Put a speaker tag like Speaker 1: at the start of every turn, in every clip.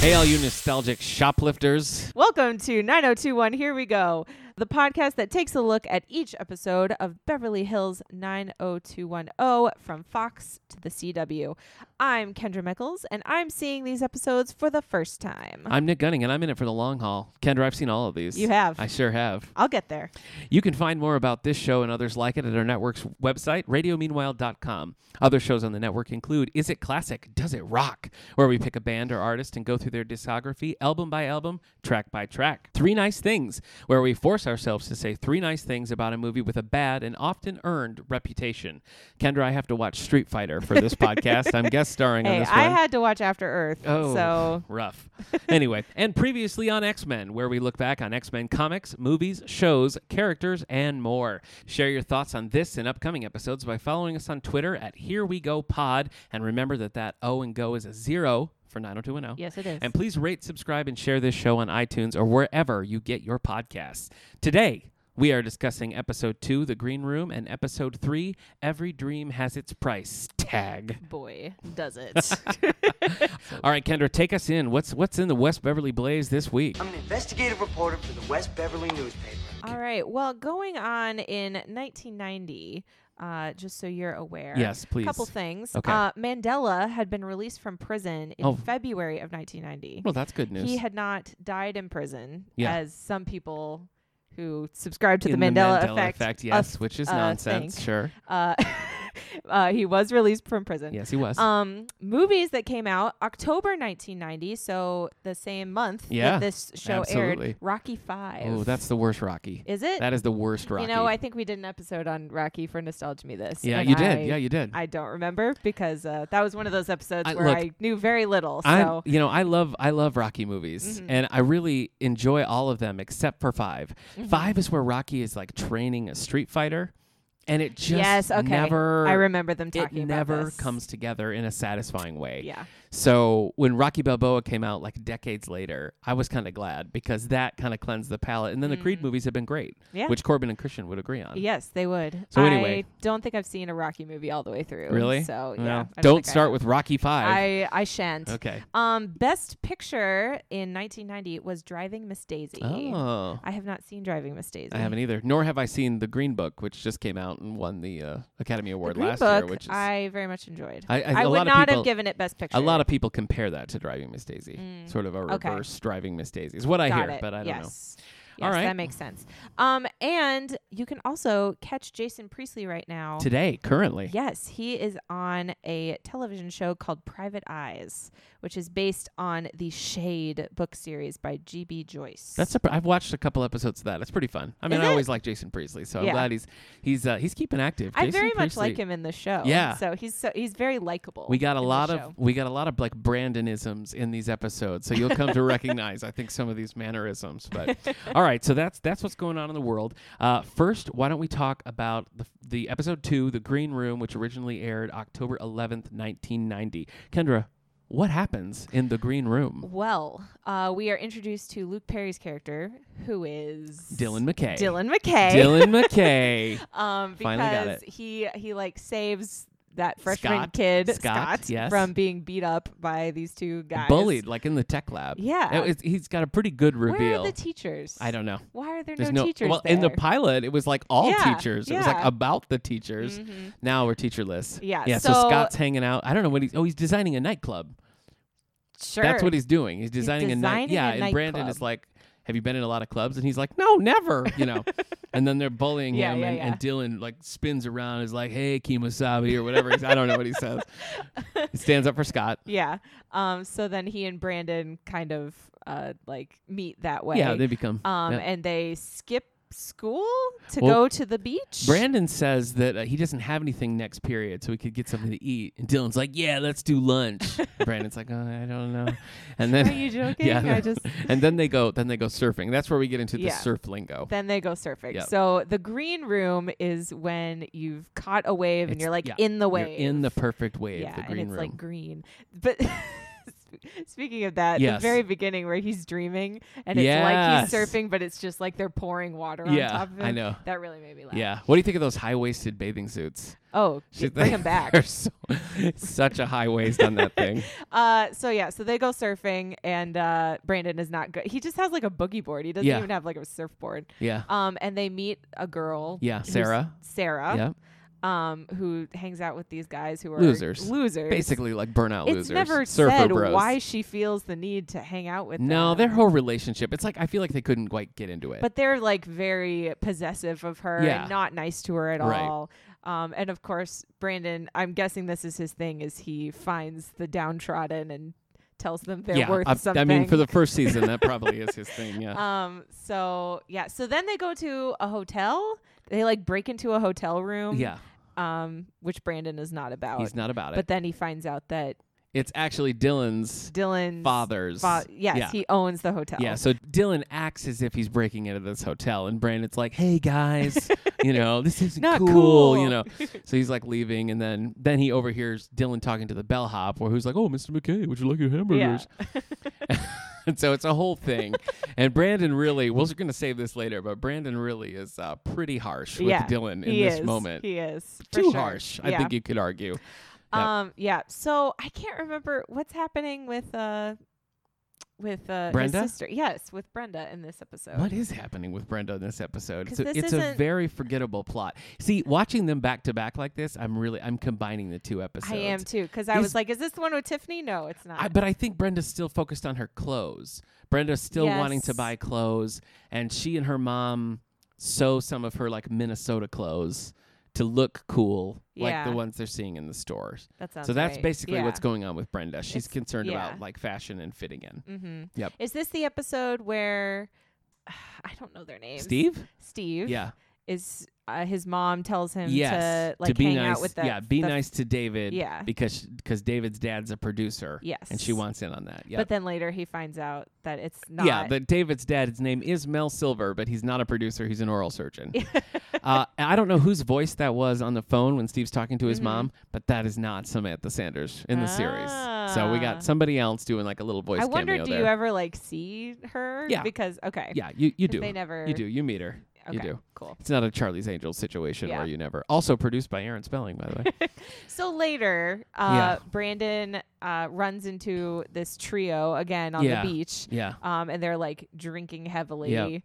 Speaker 1: Hey, all you nostalgic shoplifters.
Speaker 2: Welcome to 9021 Here We Go, the podcast that takes a look at each episode of Beverly Hills 90210 from Fox to the CW. I'm Kendra Mickles, and I'm seeing these episodes for the first time.
Speaker 1: I'm Nick Gunning, and I'm in it for the long haul. Kendra, I've seen all of these.
Speaker 2: You have.
Speaker 1: I sure have.
Speaker 2: I'll get there.
Speaker 1: You can find more about this show and others like it at our network's website, radiomeanwhile.com. Other shows on the network include Is It Classic? Does It Rock? Where we pick a band or artist and go through their discography, album by album, track by track. Three Nice Things, where we force ourselves to say three nice things about a movie with a bad and often earned reputation. Kendra, I have to watch Street Fighter for this podcast. I'm guest starring on
Speaker 2: Hey,
Speaker 1: this one.
Speaker 2: I had to watch After Earth,
Speaker 1: Oh,
Speaker 2: so
Speaker 1: rough. anyway, and previously on X Men, where we look back on X Men comics, movies, shows, characters, and more. Share your thoughts on this and upcoming episodes by following us on Twitter at Here We Go Pod, and remember that that O and Go is a zero for 90210.
Speaker 2: yes, it is.
Speaker 1: And please rate, subscribe, and share this show on iTunes or wherever you get your podcasts. Today, we are discussing episode two, The Green Room, and episode three, Every Dream Has Its Price. Tag.
Speaker 2: Boy, does it.
Speaker 1: All right, Kendra, take us in. What's what's in the West Beverly Blaze this week?
Speaker 3: I'm an investigative reporter for the West Beverly newspaper.
Speaker 2: All right. Well, going on in 1990, uh, just so you're aware.
Speaker 1: Yes, please.
Speaker 2: couple things.
Speaker 1: Okay.
Speaker 2: Uh, Mandela had been released from prison in
Speaker 1: Oh.
Speaker 2: February of 1990.
Speaker 1: Well, that's good news.
Speaker 2: He had not died in prison,
Speaker 1: Yeah.
Speaker 2: as some people who subscribe to
Speaker 1: in
Speaker 2: the Mandela, effect.
Speaker 1: yes,
Speaker 2: of-
Speaker 1: which is
Speaker 2: uh,
Speaker 1: nonsense.
Speaker 2: think.
Speaker 1: Sure.
Speaker 2: Uh, uh, he was released from prison.
Speaker 1: Yes, he was.
Speaker 2: Um, movies that came out October 1990, so the same month
Speaker 1: Yeah,
Speaker 2: that this show
Speaker 1: absolutely.
Speaker 2: aired. Rocky Five.
Speaker 1: oh, that's the worst Rocky.
Speaker 2: is it?
Speaker 1: That is the worst Rocky.
Speaker 2: You know, I think we did an episode on Rocky for Nostalgia Me This.
Speaker 1: yeah,
Speaker 2: and
Speaker 1: you
Speaker 2: I-
Speaker 1: did. Yeah, you did.
Speaker 2: I don't remember because uh, that was one of those episodes
Speaker 1: I-
Speaker 2: where
Speaker 1: look,
Speaker 2: I knew very little.
Speaker 1: I'm-
Speaker 2: So
Speaker 1: you know, I love I love Rocky movies,
Speaker 2: Mm-hmm.
Speaker 1: and I really enjoy all of them except for 5
Speaker 2: Mm-hmm.
Speaker 1: Five is where Rocky is like training a street fighter, and it just
Speaker 2: yes, okay.
Speaker 1: never.
Speaker 2: I remember them
Speaker 1: It
Speaker 2: talking. about
Speaker 1: never
Speaker 2: this.
Speaker 1: comes together in a satisfying way.
Speaker 2: Yeah,
Speaker 1: So when Rocky Balboa came out like decades later, I was kind of glad because that kind of cleansed the palate. And then the Creed movies have been great,
Speaker 2: Mm. Yeah.
Speaker 1: which Corbin and Christian would agree on.
Speaker 2: yes, they would.
Speaker 1: So anyway.
Speaker 2: I don't think I've seen a Rocky movie all the way through.
Speaker 1: Really?
Speaker 2: So
Speaker 1: No.
Speaker 2: yeah, I
Speaker 1: Don't,
Speaker 2: think I
Speaker 1: start
Speaker 2: have.
Speaker 1: with Rocky Five.
Speaker 2: I I shan't.
Speaker 1: okay.
Speaker 2: Um, best picture in 1990 was Driving Miss Daisy.
Speaker 1: Oh,
Speaker 2: I have not seen Driving Miss Daisy.
Speaker 1: I haven't either. Nor have I seen The Green Book, which just came out and won the uh, Academy
Speaker 2: The
Speaker 1: Award
Speaker 2: Green
Speaker 1: last
Speaker 2: Book,
Speaker 1: year. Which is
Speaker 2: I very much enjoyed.
Speaker 1: I- I-
Speaker 2: I
Speaker 1: a
Speaker 2: would
Speaker 1: lot of
Speaker 2: not
Speaker 1: people-
Speaker 2: have given it best picture.
Speaker 1: a lot of people compare that to Driving Miss Daisy,
Speaker 2: Mm.
Speaker 1: sort of a
Speaker 2: Okay.
Speaker 1: reverse Driving Miss Daisy. Is what I
Speaker 2: Got
Speaker 1: hear,
Speaker 2: it.
Speaker 1: but I don't know.
Speaker 2: yes.
Speaker 1: All
Speaker 2: Yes,
Speaker 1: right.
Speaker 2: that makes sense. Um, and you can also catch Jason Priestley right now.
Speaker 1: Today, currently,
Speaker 2: Yes, he is on a television show called Private Eyes, which is based on the Shade book series by G.B. Joyce.
Speaker 1: That's a, pr- I've watched a couple episodes of that. It's pretty fun. I mean,
Speaker 2: Is
Speaker 1: I
Speaker 2: it?
Speaker 1: always like Jason Priestley, so
Speaker 2: Yeah.
Speaker 1: I'm glad he's he's uh, he's keeping active.
Speaker 2: I
Speaker 1: Jason
Speaker 2: very much
Speaker 1: Priestley-
Speaker 2: like him in the show.
Speaker 1: Yeah.
Speaker 2: So he's so he's very likable.
Speaker 1: We got a
Speaker 2: in the
Speaker 1: lot
Speaker 2: show.
Speaker 1: of we got a lot of like Brandonisms in these episodes, so you'll come to recognize I think some of these mannerisms. But all right, so that's that's what's going on in the world. Uh, first, why don't we talk about the, the episode two, the Green Room, which originally aired October eleventh, nineteen ninety. Kendra, what happens in the Green Room?
Speaker 2: Well, uh, we are introduced to Luke Perry's character, who is
Speaker 1: Dylan McKay.
Speaker 2: Dylan McKay.
Speaker 1: Dylan McKay.
Speaker 2: um, because
Speaker 1: Finally got
Speaker 2: he he like saves that freshman
Speaker 1: Scott.
Speaker 2: kid
Speaker 1: Scott, yes.
Speaker 2: from being beat up by these two guys.
Speaker 1: bullied like in the tech lab.
Speaker 2: Yeah.
Speaker 1: It was- he's got a pretty good
Speaker 2: Where
Speaker 1: reveal.
Speaker 2: are the teachers?
Speaker 1: I don't know.
Speaker 2: Why are there
Speaker 1: There's
Speaker 2: no,
Speaker 1: no,
Speaker 2: teachers?
Speaker 1: well in the
Speaker 2: there?
Speaker 1: pilot it was like all
Speaker 2: Yeah,
Speaker 1: teachers. It was like
Speaker 2: yeah.
Speaker 1: about the teachers.
Speaker 2: Mhm.
Speaker 1: Now we're teacherless.
Speaker 2: Yeah,
Speaker 1: Yeah. So,
Speaker 2: so-
Speaker 1: Scott's hanging out. I don't know what he's. Oh, he's designing a nightclub.
Speaker 2: Sure.
Speaker 1: That's what he's doing. He's designing,
Speaker 2: designing
Speaker 1: a night. Yeah.
Speaker 2: a
Speaker 1: and Brandon
Speaker 2: nightclub.
Speaker 1: is like, "Have you been in a lot of clubs?" And he's like, "No, never." You know. and then they're bullying
Speaker 2: Yeah,
Speaker 1: him,
Speaker 2: yeah,
Speaker 1: and,
Speaker 2: yeah.
Speaker 1: and Dylan like spins around. And is like, "Hey, Kimosabi," or whatever. He's, I don't know what he says. He stands up for Scott.
Speaker 2: Yeah. Um. So then he and Brandon kind of uh like meet that way.
Speaker 1: Yeah, they become.
Speaker 2: um.
Speaker 1: yeah.
Speaker 2: And they skip school to
Speaker 1: Well,
Speaker 2: go to the beach.
Speaker 1: Brandon says that uh, he doesn't have anything next period, so he could get something to eat. And Dylan's like, "Yeah, let's do lunch." Brandon's like, oh, "I don't know." And then,
Speaker 2: Are you joking?
Speaker 1: yeah,
Speaker 2: I just.
Speaker 1: and then they go, then they go surfing. That's where we get into the
Speaker 2: Yeah.
Speaker 1: surf lingo.
Speaker 2: Then they go surfing.
Speaker 1: Yep.
Speaker 2: So the green room is when you've caught a wave and
Speaker 1: It's-
Speaker 2: you're like
Speaker 1: yeah,
Speaker 2: in the
Speaker 1: You're
Speaker 2: wave.
Speaker 1: in the perfect wave,
Speaker 2: yeah,
Speaker 1: the
Speaker 2: and
Speaker 1: green
Speaker 2: it's
Speaker 1: room.
Speaker 2: like green, but sp- speaking of that,
Speaker 1: Yes.
Speaker 2: the very beginning where he's dreaming and it's
Speaker 1: Yes.
Speaker 2: like he's surfing, but it's just like they're pouring water on
Speaker 1: Yeah,
Speaker 2: top of him.
Speaker 1: I know.
Speaker 2: That really made me laugh.
Speaker 1: Yeah. What do you think of those high waisted bathing suits?
Speaker 2: Oh,
Speaker 1: Should
Speaker 2: bring
Speaker 1: they-
Speaker 2: him back.
Speaker 1: they're so- such a high waist on that thing.
Speaker 2: Uh, so yeah, so they go surfing, and uh, Brandon is not good. He just has like a boogie board. He doesn't
Speaker 1: Yeah.
Speaker 2: even have like a surfboard.
Speaker 1: Yeah.
Speaker 2: Um, and they meet a girl.
Speaker 1: Yeah.
Speaker 2: who's-
Speaker 1: Sarah.
Speaker 2: Sarah.
Speaker 1: Yeah.
Speaker 2: Um, who hangs out with these guys who are
Speaker 1: Losers.
Speaker 2: Losers.
Speaker 1: Basically, like burnout
Speaker 2: it's
Speaker 1: losers.
Speaker 2: never
Speaker 1: surfer
Speaker 2: said
Speaker 1: bros.
Speaker 2: why she feels the need to hang out with.
Speaker 1: no,
Speaker 2: them.
Speaker 1: their whole relationship. It's like I feel like they couldn't quite get into it.
Speaker 2: But they're like very possessive of her
Speaker 1: Yeah.
Speaker 2: and not nice to her at
Speaker 1: Right.
Speaker 2: all. Um, and of course, Brandon, I'm guessing this is his thing: is he finds the downtrodden and tells them they're
Speaker 1: yeah,
Speaker 2: worth
Speaker 1: I,
Speaker 2: something.
Speaker 1: I mean, for the first season, that probably is his thing. Yeah.
Speaker 2: Um. So yeah. So then they go to a hotel. They like break into a hotel room.
Speaker 1: yeah.
Speaker 2: Um. Which Brandon is not about.
Speaker 1: He's not about it.
Speaker 2: But then he finds out that
Speaker 1: it's actually Dylan's
Speaker 2: Dylan's
Speaker 1: father's.
Speaker 2: fa- yes,
Speaker 1: yeah.
Speaker 2: he owns the hotel.
Speaker 1: Yeah, so Dylan acts as if he's breaking into this hotel, and Brandon's like, "Hey guys, you know this isn't
Speaker 2: Not
Speaker 1: you
Speaker 2: cool.
Speaker 1: know." So he's like leaving, and then then he overhears Dylan talking to the bellhop, where who's like, "Oh, Mr. McKay, would you like your
Speaker 2: Yeah.
Speaker 1: hamburgers?" and so it's a whole thing. and Brandon really, we're going to save this later, but Brandon really is uh, pretty harsh with
Speaker 2: Yeah,
Speaker 1: Dylan in
Speaker 2: he
Speaker 1: this
Speaker 2: is.
Speaker 1: moment.
Speaker 2: He is for
Speaker 1: Too
Speaker 2: sure.
Speaker 1: harsh, I
Speaker 2: Yeah.
Speaker 1: think you could argue. that-
Speaker 2: Um. Yeah. So I can't remember what's happening with uh, with uh,
Speaker 1: Brenda?
Speaker 2: his sister. Yes, with Brenda in this episode.
Speaker 1: What is happening with Brenda in this episode?
Speaker 2: 'Cause
Speaker 1: It's, a,
Speaker 2: this
Speaker 1: it's a
Speaker 2: isn't-
Speaker 1: very forgettable plot. See, watching them back to back like this, I'm really I'm combining the two episodes.
Speaker 2: I am too, because I
Speaker 1: Is-
Speaker 2: was like, "Is this the one with Tiffany?" No, it's not.
Speaker 1: I- but I think Brenda's still focused on her clothes. Brenda's still wanting to
Speaker 2: Yes.
Speaker 1: buy clothes, and she and her mom sew some of her like Minnesota clothes to look cool, like
Speaker 2: Yeah.
Speaker 1: the ones they're seeing in the stores.
Speaker 2: that sounds
Speaker 1: so that's
Speaker 2: right.
Speaker 1: basically
Speaker 2: yeah.
Speaker 1: what's going on with Brenda. She's
Speaker 2: It's-
Speaker 1: concerned about
Speaker 2: yeah.
Speaker 1: like fashion and fitting in.
Speaker 2: Mm-hmm.
Speaker 1: Yep.
Speaker 2: Is this the episode where I don't know their names?
Speaker 1: Steve?
Speaker 2: Steve.
Speaker 1: Yeah.
Speaker 2: Is uh, his mom tells him
Speaker 1: yes.
Speaker 2: to like
Speaker 1: be
Speaker 2: hang
Speaker 1: nice.
Speaker 2: out with the
Speaker 1: yeah. Be
Speaker 2: the-
Speaker 1: nice to David.
Speaker 2: Yeah.
Speaker 1: Because because David's dad's a producer.
Speaker 2: Yes.
Speaker 1: And she wants in on that. Yeah.
Speaker 2: But then later he finds out that it's not.
Speaker 1: Yeah, that David's dad's name is Mel Silver, but he's not a producer. He's an oral surgeon. uh, and I don't know whose voice that was on the phone when Steve's talking to
Speaker 2: Mm-hmm.
Speaker 1: his mom, but that is not Samantha Sanders in the series. So we
Speaker 2: Ah.
Speaker 1: got somebody else doing like a little voice
Speaker 2: I wonder,
Speaker 1: cameo
Speaker 2: do
Speaker 1: there.
Speaker 2: you ever like see her?
Speaker 1: Yeah.
Speaker 2: Because okay.
Speaker 1: yeah, you, you
Speaker 2: 'Cause
Speaker 1: do.
Speaker 2: They never.
Speaker 1: You do. You meet her. You
Speaker 2: Okay,
Speaker 1: do.
Speaker 2: Cool.
Speaker 1: It's not a Charlie's Angels situation
Speaker 2: Yeah.
Speaker 1: where you never. Also produced by Aaron Spelling, by the way.
Speaker 2: So later, uh, Brandon uh, runs into this trio again on
Speaker 1: Yeah.
Speaker 2: the beach.
Speaker 1: yeah.
Speaker 2: um, and they're like drinking heavily.
Speaker 1: Yeah.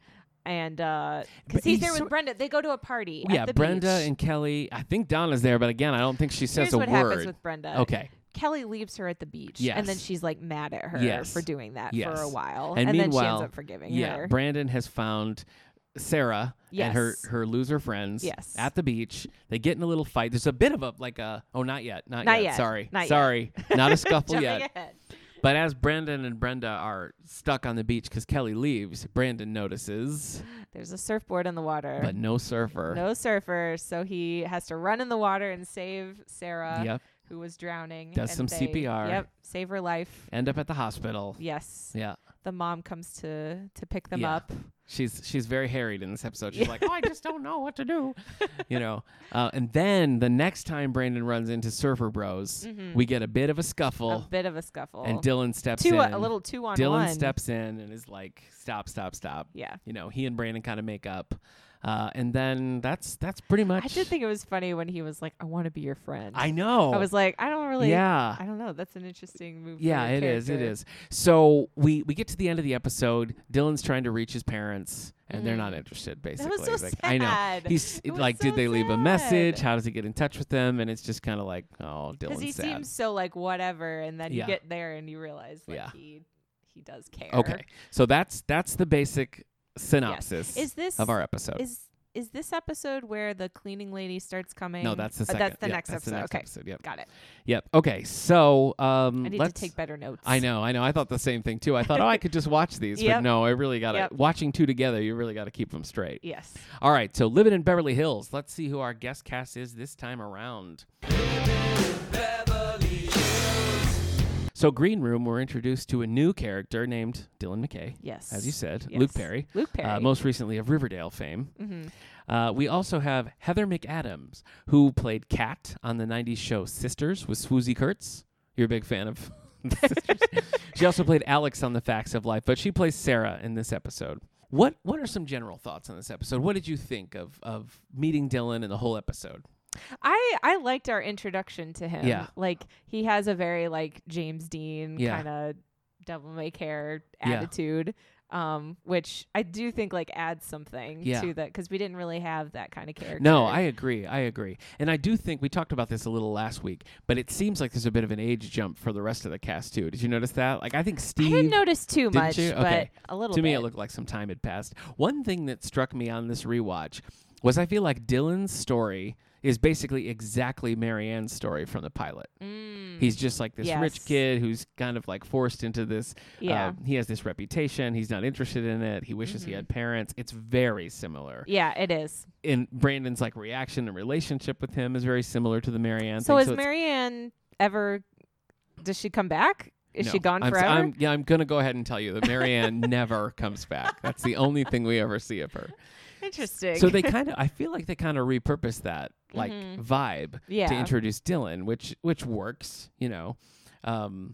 Speaker 2: And because
Speaker 1: But
Speaker 2: he's
Speaker 1: he's
Speaker 2: there with
Speaker 1: sor-
Speaker 2: Brenda, they go to a party.
Speaker 1: Yeah,
Speaker 2: at the
Speaker 1: Brenda
Speaker 2: beach.
Speaker 1: and Kelly. I think Donna's there, but again, I don't think she says
Speaker 2: here's
Speaker 1: a
Speaker 2: what
Speaker 1: word.
Speaker 2: happens with Brenda.
Speaker 1: okay.
Speaker 2: Kelly leaves her at the beach, and then
Speaker 1: Yes.
Speaker 2: she's like mad at her
Speaker 1: Yes.
Speaker 2: for doing that
Speaker 1: Yes.
Speaker 2: for a while,
Speaker 1: And
Speaker 2: then she
Speaker 1: meanwhile-
Speaker 2: ends up forgiving
Speaker 1: Yeah,
Speaker 2: her.
Speaker 1: Brandon has found Sarah and her
Speaker 2: Yes.
Speaker 1: her loser friends
Speaker 2: Yes.
Speaker 1: at the beach. They get in a little fight. There's a bit of a like a oh not yet, not,
Speaker 2: Not
Speaker 1: yet.
Speaker 2: yet,
Speaker 1: Sorry.
Speaker 2: not yet.
Speaker 1: Sorry. Not a scuffle
Speaker 2: Jumping
Speaker 1: yet.
Speaker 2: ahead.
Speaker 1: But as Brandon and Brenda are stuck on the beach cuz Kelly leaves, Brandon notices
Speaker 2: There's a surfboard in the water,
Speaker 1: but no surfer.
Speaker 2: no surfer, so he has to run in the water and save Sarah,
Speaker 1: Yep.
Speaker 2: who was drowning.
Speaker 1: Does
Speaker 2: and
Speaker 1: some
Speaker 2: they-
Speaker 1: CPR.
Speaker 2: Yep, save her life.
Speaker 1: End up at the hospital.
Speaker 2: Yes,
Speaker 1: Yeah.
Speaker 2: the mom comes to to pick them
Speaker 1: Yeah.
Speaker 2: up.
Speaker 1: She's she's very harried in this episode. She's like, "Oh, I just don't know what to do." you know. Uh, and then the next time Brandon runs into Surfer Bros, we get a bit of a
Speaker 2: A
Speaker 1: scuffle.
Speaker 2: bit of Mm-hmm. a scuffle.
Speaker 1: and Dylan steps
Speaker 2: two uh,
Speaker 1: in.
Speaker 2: a little two on
Speaker 1: Dylan
Speaker 2: one.
Speaker 1: steps in and is like, "Stop, stop, stop."
Speaker 2: Yeah.
Speaker 1: You know, he and Brandon kind of make up, uh, and then that's that's pretty much.
Speaker 2: I did think it was funny when he was like, "I want to be your friend."
Speaker 1: I know.
Speaker 2: I was like, I don't really.
Speaker 1: Yeah.
Speaker 2: I don't know. That's an interesting move. for
Speaker 1: yeah,
Speaker 2: your
Speaker 1: it is. It
Speaker 2: character.
Speaker 1: is. So we we get to the end of the episode. Dylan's trying to reach his parents, and they're not interested. Basically,
Speaker 2: Mm-hmm. That was so
Speaker 1: It's like, I know.
Speaker 2: sad.
Speaker 1: He's
Speaker 2: It was
Speaker 1: like,
Speaker 2: so
Speaker 1: did they leave a
Speaker 2: sad.
Speaker 1: message? How does he get in touch with them? And it's just kind of like, oh, Dylan's
Speaker 2: Because he
Speaker 1: sad.
Speaker 2: seems so like whatever, and then
Speaker 1: Yeah.
Speaker 2: you get there and you realize like
Speaker 1: Yeah.
Speaker 2: he he does care.
Speaker 1: okay, so that's that's the basic synopsis
Speaker 2: Is this
Speaker 1: of our episode.
Speaker 2: is is this episode where the cleaning lady starts coming?
Speaker 1: no, that's the
Speaker 2: Uh,
Speaker 1: second.
Speaker 2: that's the
Speaker 1: yeah,
Speaker 2: next
Speaker 1: that's
Speaker 2: episode.
Speaker 1: The next
Speaker 2: okay,
Speaker 1: episode. Yep.
Speaker 2: got it.
Speaker 1: Yep. Okay. So um,
Speaker 2: I need
Speaker 1: let's.
Speaker 2: to take better notes.
Speaker 1: I know. I know. I thought the same thing too. I thought, oh, I could just watch these, but
Speaker 2: Yep.
Speaker 1: no, I really got to
Speaker 2: Yep.
Speaker 1: watching two together. You really got to keep them straight.
Speaker 2: Yes.
Speaker 1: All right. So living in Beverly Hills. Let's see who our guest cast is this time around. So Green Room, we're introduced to a new character named Dylan McKay.
Speaker 2: Yes.
Speaker 1: As you said,
Speaker 2: Yes.
Speaker 1: Luke Perry.
Speaker 2: Luke Perry.
Speaker 1: Uh, most recently of Riverdale fame.
Speaker 2: Mhm.
Speaker 1: Uh, we also have Heather McAdams, who played Kat on the 90s show Sisters with Swoozy Kurtz. You're a big fan of she also played Alex on The Facts of Life, but she plays Sarah in this episode. What What are some general thoughts on this episode? What did you think of of meeting Dylan and the whole episode?
Speaker 2: I I liked our introduction to him.
Speaker 1: Yeah.
Speaker 2: Like he has a very like James Dean
Speaker 1: Yeah.
Speaker 2: kind of devil may care
Speaker 1: Yeah.
Speaker 2: attitude. Um, which I do think like adds something
Speaker 1: Yeah.
Speaker 2: to that because we didn't really have that kind of character.
Speaker 1: No, I agree. I agree. And I do think we talked about this a little last week, but it seems like there's a bit of an age jump for the rest of the cast too. Did you notice that? Like I think
Speaker 2: I
Speaker 1: Steve
Speaker 2: didn't notice too
Speaker 1: Didn't
Speaker 2: much,
Speaker 1: you?
Speaker 2: but
Speaker 1: Okay.
Speaker 2: a little
Speaker 1: to me
Speaker 2: bit.
Speaker 1: it looked like some time had passed one thing that struck me on this rewatch was i feel like dylan's story is basically exactly marianne's story from the pilot
Speaker 2: Mm,
Speaker 1: he's just like this
Speaker 2: Yes.
Speaker 1: rich kid who's kind of like forced into this
Speaker 2: yeah. Mm-hmm.
Speaker 1: um, he has this reputation he's not interested in it he wishes he had parents it's very similar
Speaker 2: yeah, it is.
Speaker 1: and brandon's like reaction and relationship with him is very similar to the marianne
Speaker 2: So
Speaker 1: thing.
Speaker 2: is
Speaker 1: it's-
Speaker 2: Marianne ever? Does she come back? Is she
Speaker 1: No.
Speaker 2: gone
Speaker 1: I'm, s-
Speaker 2: forever?
Speaker 1: I'm- yeah, I'm gonna go ahead and tell you that Marianne never comes back. That's the only thing we ever see of her.
Speaker 2: Interesting.
Speaker 1: So they kind of, I feel like they kind of repurposed that like
Speaker 2: Mhm.
Speaker 1: vibe
Speaker 2: yeah.
Speaker 1: to introduce Dylan, which which works, you know, because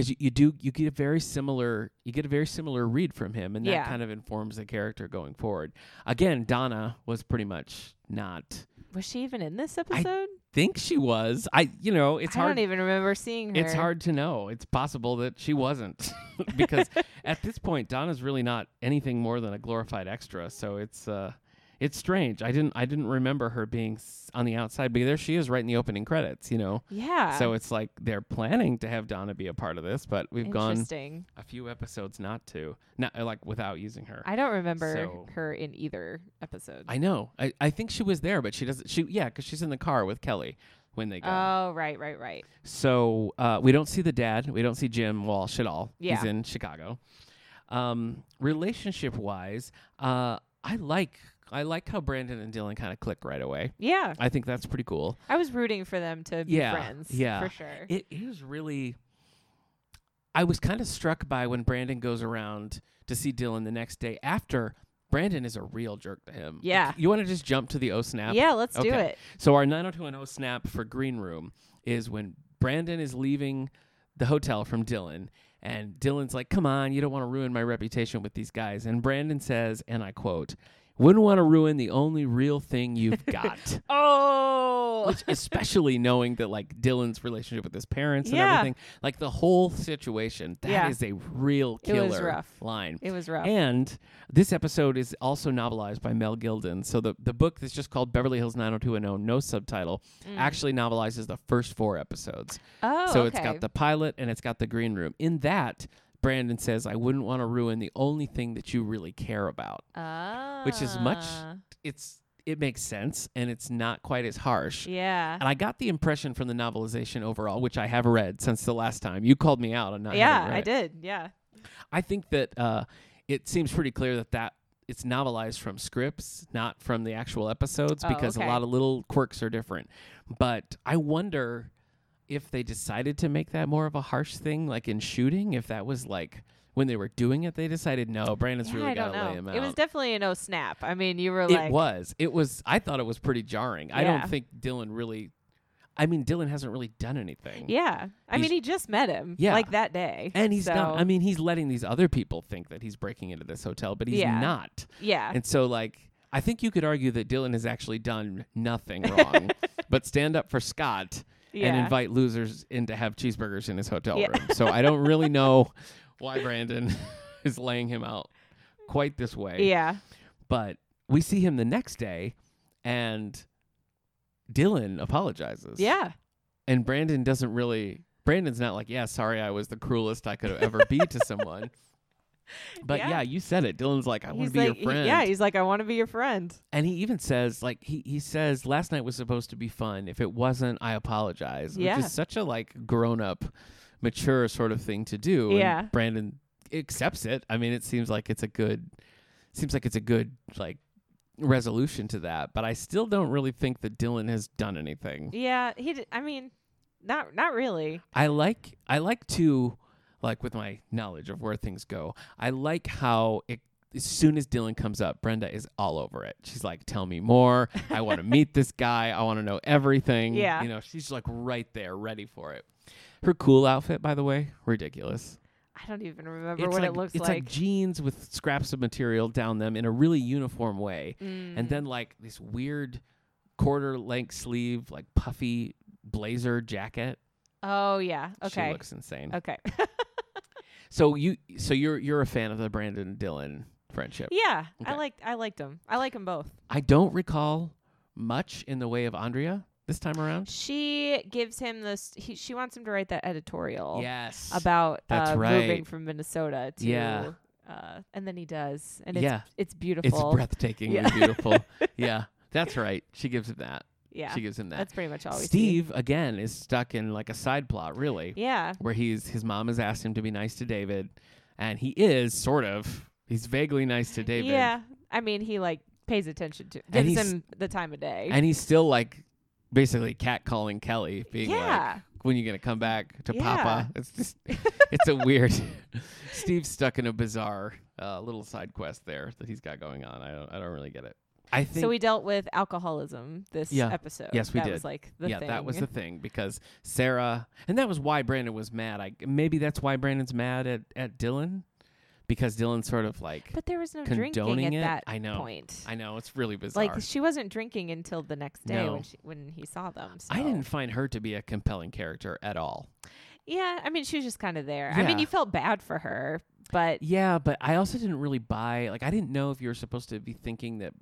Speaker 1: you, you do you get a very similar you get a very similar read from him, and that
Speaker 2: Yeah.
Speaker 1: kind of informs the character going forward. Again, Donna was pretty much not
Speaker 2: was she even in this episode?
Speaker 1: think she was. I you know it's
Speaker 2: I
Speaker 1: hard.
Speaker 2: don't even remember seeing her.
Speaker 1: It's hard to know. It's possible that she wasn't because at this point Donna's really not anything more than a glorified extra, so it's uh it's strange. I didn't I didn't remember her being s- on the outside, but there she is right in the opening credits, you know.
Speaker 2: Yeah.
Speaker 1: So it's like they're planning to have Donna be a part of this, but we've gone
Speaker 2: interesting.
Speaker 1: a few episodes not to. Not uh, like without using her.
Speaker 2: I don't remember
Speaker 1: So-
Speaker 2: her in either episode.
Speaker 1: I know. I, I think she was there, but she doesn't she yeah, cuz she's in the car with Kelly when they go.
Speaker 2: oh, right, right, right.
Speaker 1: So uh, we don't see the dad. We don't see Jim Walsh at all.
Speaker 2: Yeah.
Speaker 1: He's in Chicago. Um, relationship wise, uh, I like I like how Brandon and Dylan kind of click right away.
Speaker 2: Yeah.
Speaker 1: I think that's pretty cool.
Speaker 2: I was rooting for them to be
Speaker 1: Yeah,
Speaker 2: friends.
Speaker 1: yeah.
Speaker 2: For sure.
Speaker 1: It is really. I was kind of struck by when Brandon goes around to see Dylan the next day after. Brandon is a real jerk to him.
Speaker 2: Yeah.
Speaker 1: You want to just jump to the O snap?
Speaker 2: yeah, let's do
Speaker 1: Okay.
Speaker 2: it.
Speaker 1: So our 90210 snap for Green Room is when Brandon is leaving the hotel from Dylan and Dylan's like, "Come on, you don't want to ruin my reputation with these guys." And Brandon says, and I quote, "Wouldn't want to ruin the only real thing you've got."
Speaker 2: Oh.
Speaker 1: Which especially knowing that like Dylan's relationship with his parents and
Speaker 2: Yeah.
Speaker 1: everything, like the whole situation, that is
Speaker 2: Yeah.
Speaker 1: a real
Speaker 2: It
Speaker 1: killer
Speaker 2: was rough.
Speaker 1: line.
Speaker 2: It was rough.
Speaker 1: And this episode is also novelized by Mel Gilden. So the, the book that's just called Beverly Hills 90210, no subtitle, actually novelizes the first four episodes.
Speaker 2: Mm. oh,
Speaker 1: so
Speaker 2: okay.
Speaker 1: it's got the pilot and it's got the green room. In that, Brandon says, I wouldn't want to ruin the only thing that you really care about. which is much-
Speaker 2: Ah,
Speaker 1: It's it makes sense and it's not quite as harsh.
Speaker 2: Yeah.
Speaker 1: And I got the impression from the novelization overall, which I have read since the last time. You called me out on not having
Speaker 2: yeah,
Speaker 1: read
Speaker 2: I
Speaker 1: it.
Speaker 2: did. Yeah.
Speaker 1: I think that uh, it seems pretty clear that that it's novelized from scripts, not from the actual episodes,
Speaker 2: Oh,
Speaker 1: because
Speaker 2: okay.
Speaker 1: a lot of little quirks are different. But I wonder if they decided to make that more of a harsh thing, like in shooting, if that was like when they were doing it, they decided no, Brandon's
Speaker 2: yeah,
Speaker 1: really
Speaker 2: I
Speaker 1: got
Speaker 2: don't
Speaker 1: to lay him
Speaker 2: know.
Speaker 1: out.
Speaker 2: It was definitely a no snap. I mean, you were like
Speaker 1: it was. It was. I thought it was pretty jarring. I
Speaker 2: Yeah.
Speaker 1: don't think Dylan really. I mean, Dylan hasn't really done anything.
Speaker 2: Yeah. I
Speaker 1: He's-
Speaker 2: mean, he just met him
Speaker 1: Yeah.
Speaker 2: like that day.
Speaker 1: And he's
Speaker 2: So,
Speaker 1: not. I mean, he's letting these other people think that he's breaking into this hotel, but he's
Speaker 2: Yeah.
Speaker 1: not.
Speaker 2: yeah.
Speaker 1: And so, like, I think you could argue that Dylan has actually done nothing wrong, but stand up for Scott
Speaker 2: yeah.
Speaker 1: and invite losers in to have cheeseburgers in his hotel
Speaker 2: Yeah.
Speaker 1: room. So I don't really know why Brandon is laying him out quite this way.
Speaker 2: Yeah.
Speaker 1: But we see him the next day, and Dylan apologizes.
Speaker 2: Yeah.
Speaker 1: And Brandon doesn't really. Brandon's not like, yeah, sorry, I was the cruelest I could ever be to someone. But
Speaker 2: Yeah.
Speaker 1: yeah, you said it. Dylan's like, I want to
Speaker 2: He's
Speaker 1: be
Speaker 2: like,
Speaker 1: your friend.
Speaker 2: yeah, he's like, I want to be your friend.
Speaker 1: And he even says, like, he, he says, last night was supposed to be fun. If it wasn't, I apologize.
Speaker 2: Yeah.
Speaker 1: Which is such a, like, grown up, mature sort of thing to do.
Speaker 2: Yeah.
Speaker 1: And Brandon accepts it. I mean, it seems like it's a good, seems like it's a good, like, resolution to that. But I still don't really think that Dylan has done anything.
Speaker 2: Yeah, he. Did, I mean, not not really.
Speaker 1: I like I like to like with my knowledge of where things go. I like how it as soon as Dylan comes up, Brenda is all over it. She's like, "Tell me more. I want to meet this guy. I want to know everything."
Speaker 2: Yeah.
Speaker 1: you know, she's like right there, ready for it. Her cool outfit, by the way, ridiculous.
Speaker 2: I don't even remember what it looks
Speaker 1: it's like. jeans with scraps of material down them in a really uniform way,
Speaker 2: Mm. Mm-hmm.
Speaker 1: and then like this weird quarter length sleeve, like puffy blazer jacket.
Speaker 2: oh yeah.
Speaker 1: She
Speaker 2: Okay.
Speaker 1: looks insane.
Speaker 2: Okay.
Speaker 1: So you, so you're you're a fan of the Brandon Dylan friendship.
Speaker 2: yeah. I
Speaker 1: Okay.
Speaker 2: liked I liked them. I like them both.
Speaker 1: I don't recall much in the way of Andrea this time around.
Speaker 2: She gives him this. He, she wants him to write that editorial.
Speaker 1: Yes.
Speaker 2: About
Speaker 1: That's
Speaker 2: uh, moving
Speaker 1: right.
Speaker 2: from Minnesota to.
Speaker 1: Yeah.
Speaker 2: Uh, and then he does, and it's
Speaker 1: Yeah.
Speaker 2: it's beautiful.
Speaker 1: it's breathtaking
Speaker 2: Yeah.
Speaker 1: and beautiful. yeah, that's right. She gives him that.
Speaker 2: yeah.
Speaker 1: She gives him that.
Speaker 2: That's pretty much all we see.
Speaker 1: Steve again is stuck in like a side plot, really.
Speaker 2: Yeah.
Speaker 1: where he's his mom has asked him to be nice to David, and he is sort of. He's vaguely nice to David,
Speaker 2: Yeah. I mean, he like pays attention to
Speaker 1: And
Speaker 2: gives
Speaker 1: he's-
Speaker 2: him the time of day.
Speaker 1: and he's still like basically catcalling Kelly, being
Speaker 2: Yeah.
Speaker 1: like, "When you gonna come back to
Speaker 2: Yeah.
Speaker 1: Papa?" It's just, it's a weird. Steve's stuck in a bizarre uh, little side quest there that he's got going on. I don't, I don't really get it. I think
Speaker 2: so we dealt with alcoholism this
Speaker 1: Yeah.
Speaker 2: episode.
Speaker 1: Yes, we
Speaker 2: that
Speaker 1: did.
Speaker 2: was like the
Speaker 1: yeah,
Speaker 2: thing.
Speaker 1: that was the thing because Sarah, and that was why Brandon was mad. I maybe that's why Brandon's mad at at Dylan because Dylan sort of like
Speaker 2: But there was no drinking
Speaker 1: condoning
Speaker 2: at
Speaker 1: it.
Speaker 2: that
Speaker 1: I know.
Speaker 2: point.
Speaker 1: I know it's really bizarre.
Speaker 2: like she wasn't drinking until the next day
Speaker 1: No.
Speaker 2: when she, when he saw them. So.
Speaker 1: I didn't find her to be a compelling character at all.
Speaker 2: Yeah, I mean she was just kind of there. I mean
Speaker 1: Yeah.
Speaker 2: you felt bad for her, but
Speaker 1: Yeah, but I also didn't really buy like I didn't know if you were supposed to be thinking that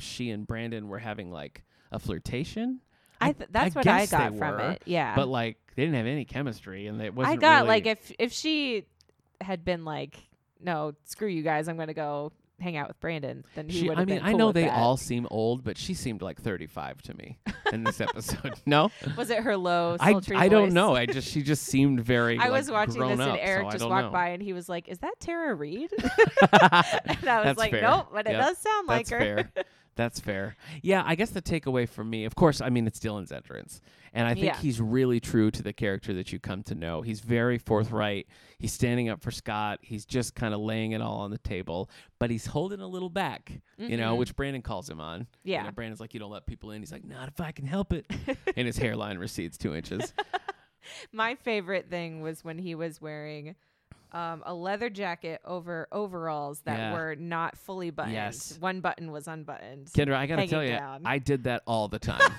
Speaker 1: she and Brandon were having like a flirtation.
Speaker 2: I,
Speaker 1: I-
Speaker 2: th- that's
Speaker 1: I
Speaker 2: what I
Speaker 1: guess they
Speaker 2: got from
Speaker 1: were,
Speaker 2: it. Yeah,
Speaker 1: But like they didn't have any chemistry and it wasn't
Speaker 2: Ah. I got
Speaker 1: really-
Speaker 2: like if if she had been like, no, screw you guys, I'm gonna go hang out with Brandon. Then he
Speaker 1: she,
Speaker 2: would.
Speaker 1: I
Speaker 2: have
Speaker 1: mean,
Speaker 2: been
Speaker 1: I
Speaker 2: cool
Speaker 1: know
Speaker 2: with
Speaker 1: they
Speaker 2: that.
Speaker 1: all seem old, but she seemed like 35 to me in this episode. no,
Speaker 2: Was it her low
Speaker 1: I,
Speaker 2: sultry
Speaker 1: I don't
Speaker 2: voice?
Speaker 1: know. I just she just seemed very.
Speaker 2: I was
Speaker 1: like,
Speaker 2: watching
Speaker 1: grown
Speaker 2: this
Speaker 1: up,
Speaker 2: and Eric
Speaker 1: so I
Speaker 2: just
Speaker 1: don't
Speaker 2: walked
Speaker 1: know.
Speaker 2: by and he was like, "Is that Tara Reed?" and I was
Speaker 1: That's
Speaker 2: like,
Speaker 1: fair.
Speaker 2: "Nope," but it
Speaker 1: Yep.
Speaker 2: does sound like
Speaker 1: That's
Speaker 2: her.
Speaker 1: fair. That's fair. Yeah, I guess the takeaway from me, of course, I mean it's Dylan's entrance, and I think
Speaker 2: Yeah.
Speaker 1: he's really true to the character that you come to know. He's very forthright. He's standing up for Scott. He's just kind of laying it all on the table, but he's holding a little back, you know, which Brandon calls him on. You
Speaker 2: Mm-hmm. Yeah.
Speaker 1: know, Brandon's like, you don't let people in. He's like, not if I can help it, and his hairline recedes two inches.
Speaker 2: My favorite thing was when he was wearing um, a leather jacket over overalls that
Speaker 1: Yeah.
Speaker 2: were not fully buttoned.
Speaker 1: Yes.
Speaker 2: One button was unbuttoned.
Speaker 1: Kendra, I gotta tell
Speaker 2: Hanging
Speaker 1: you,
Speaker 2: down.
Speaker 1: I did that all the time.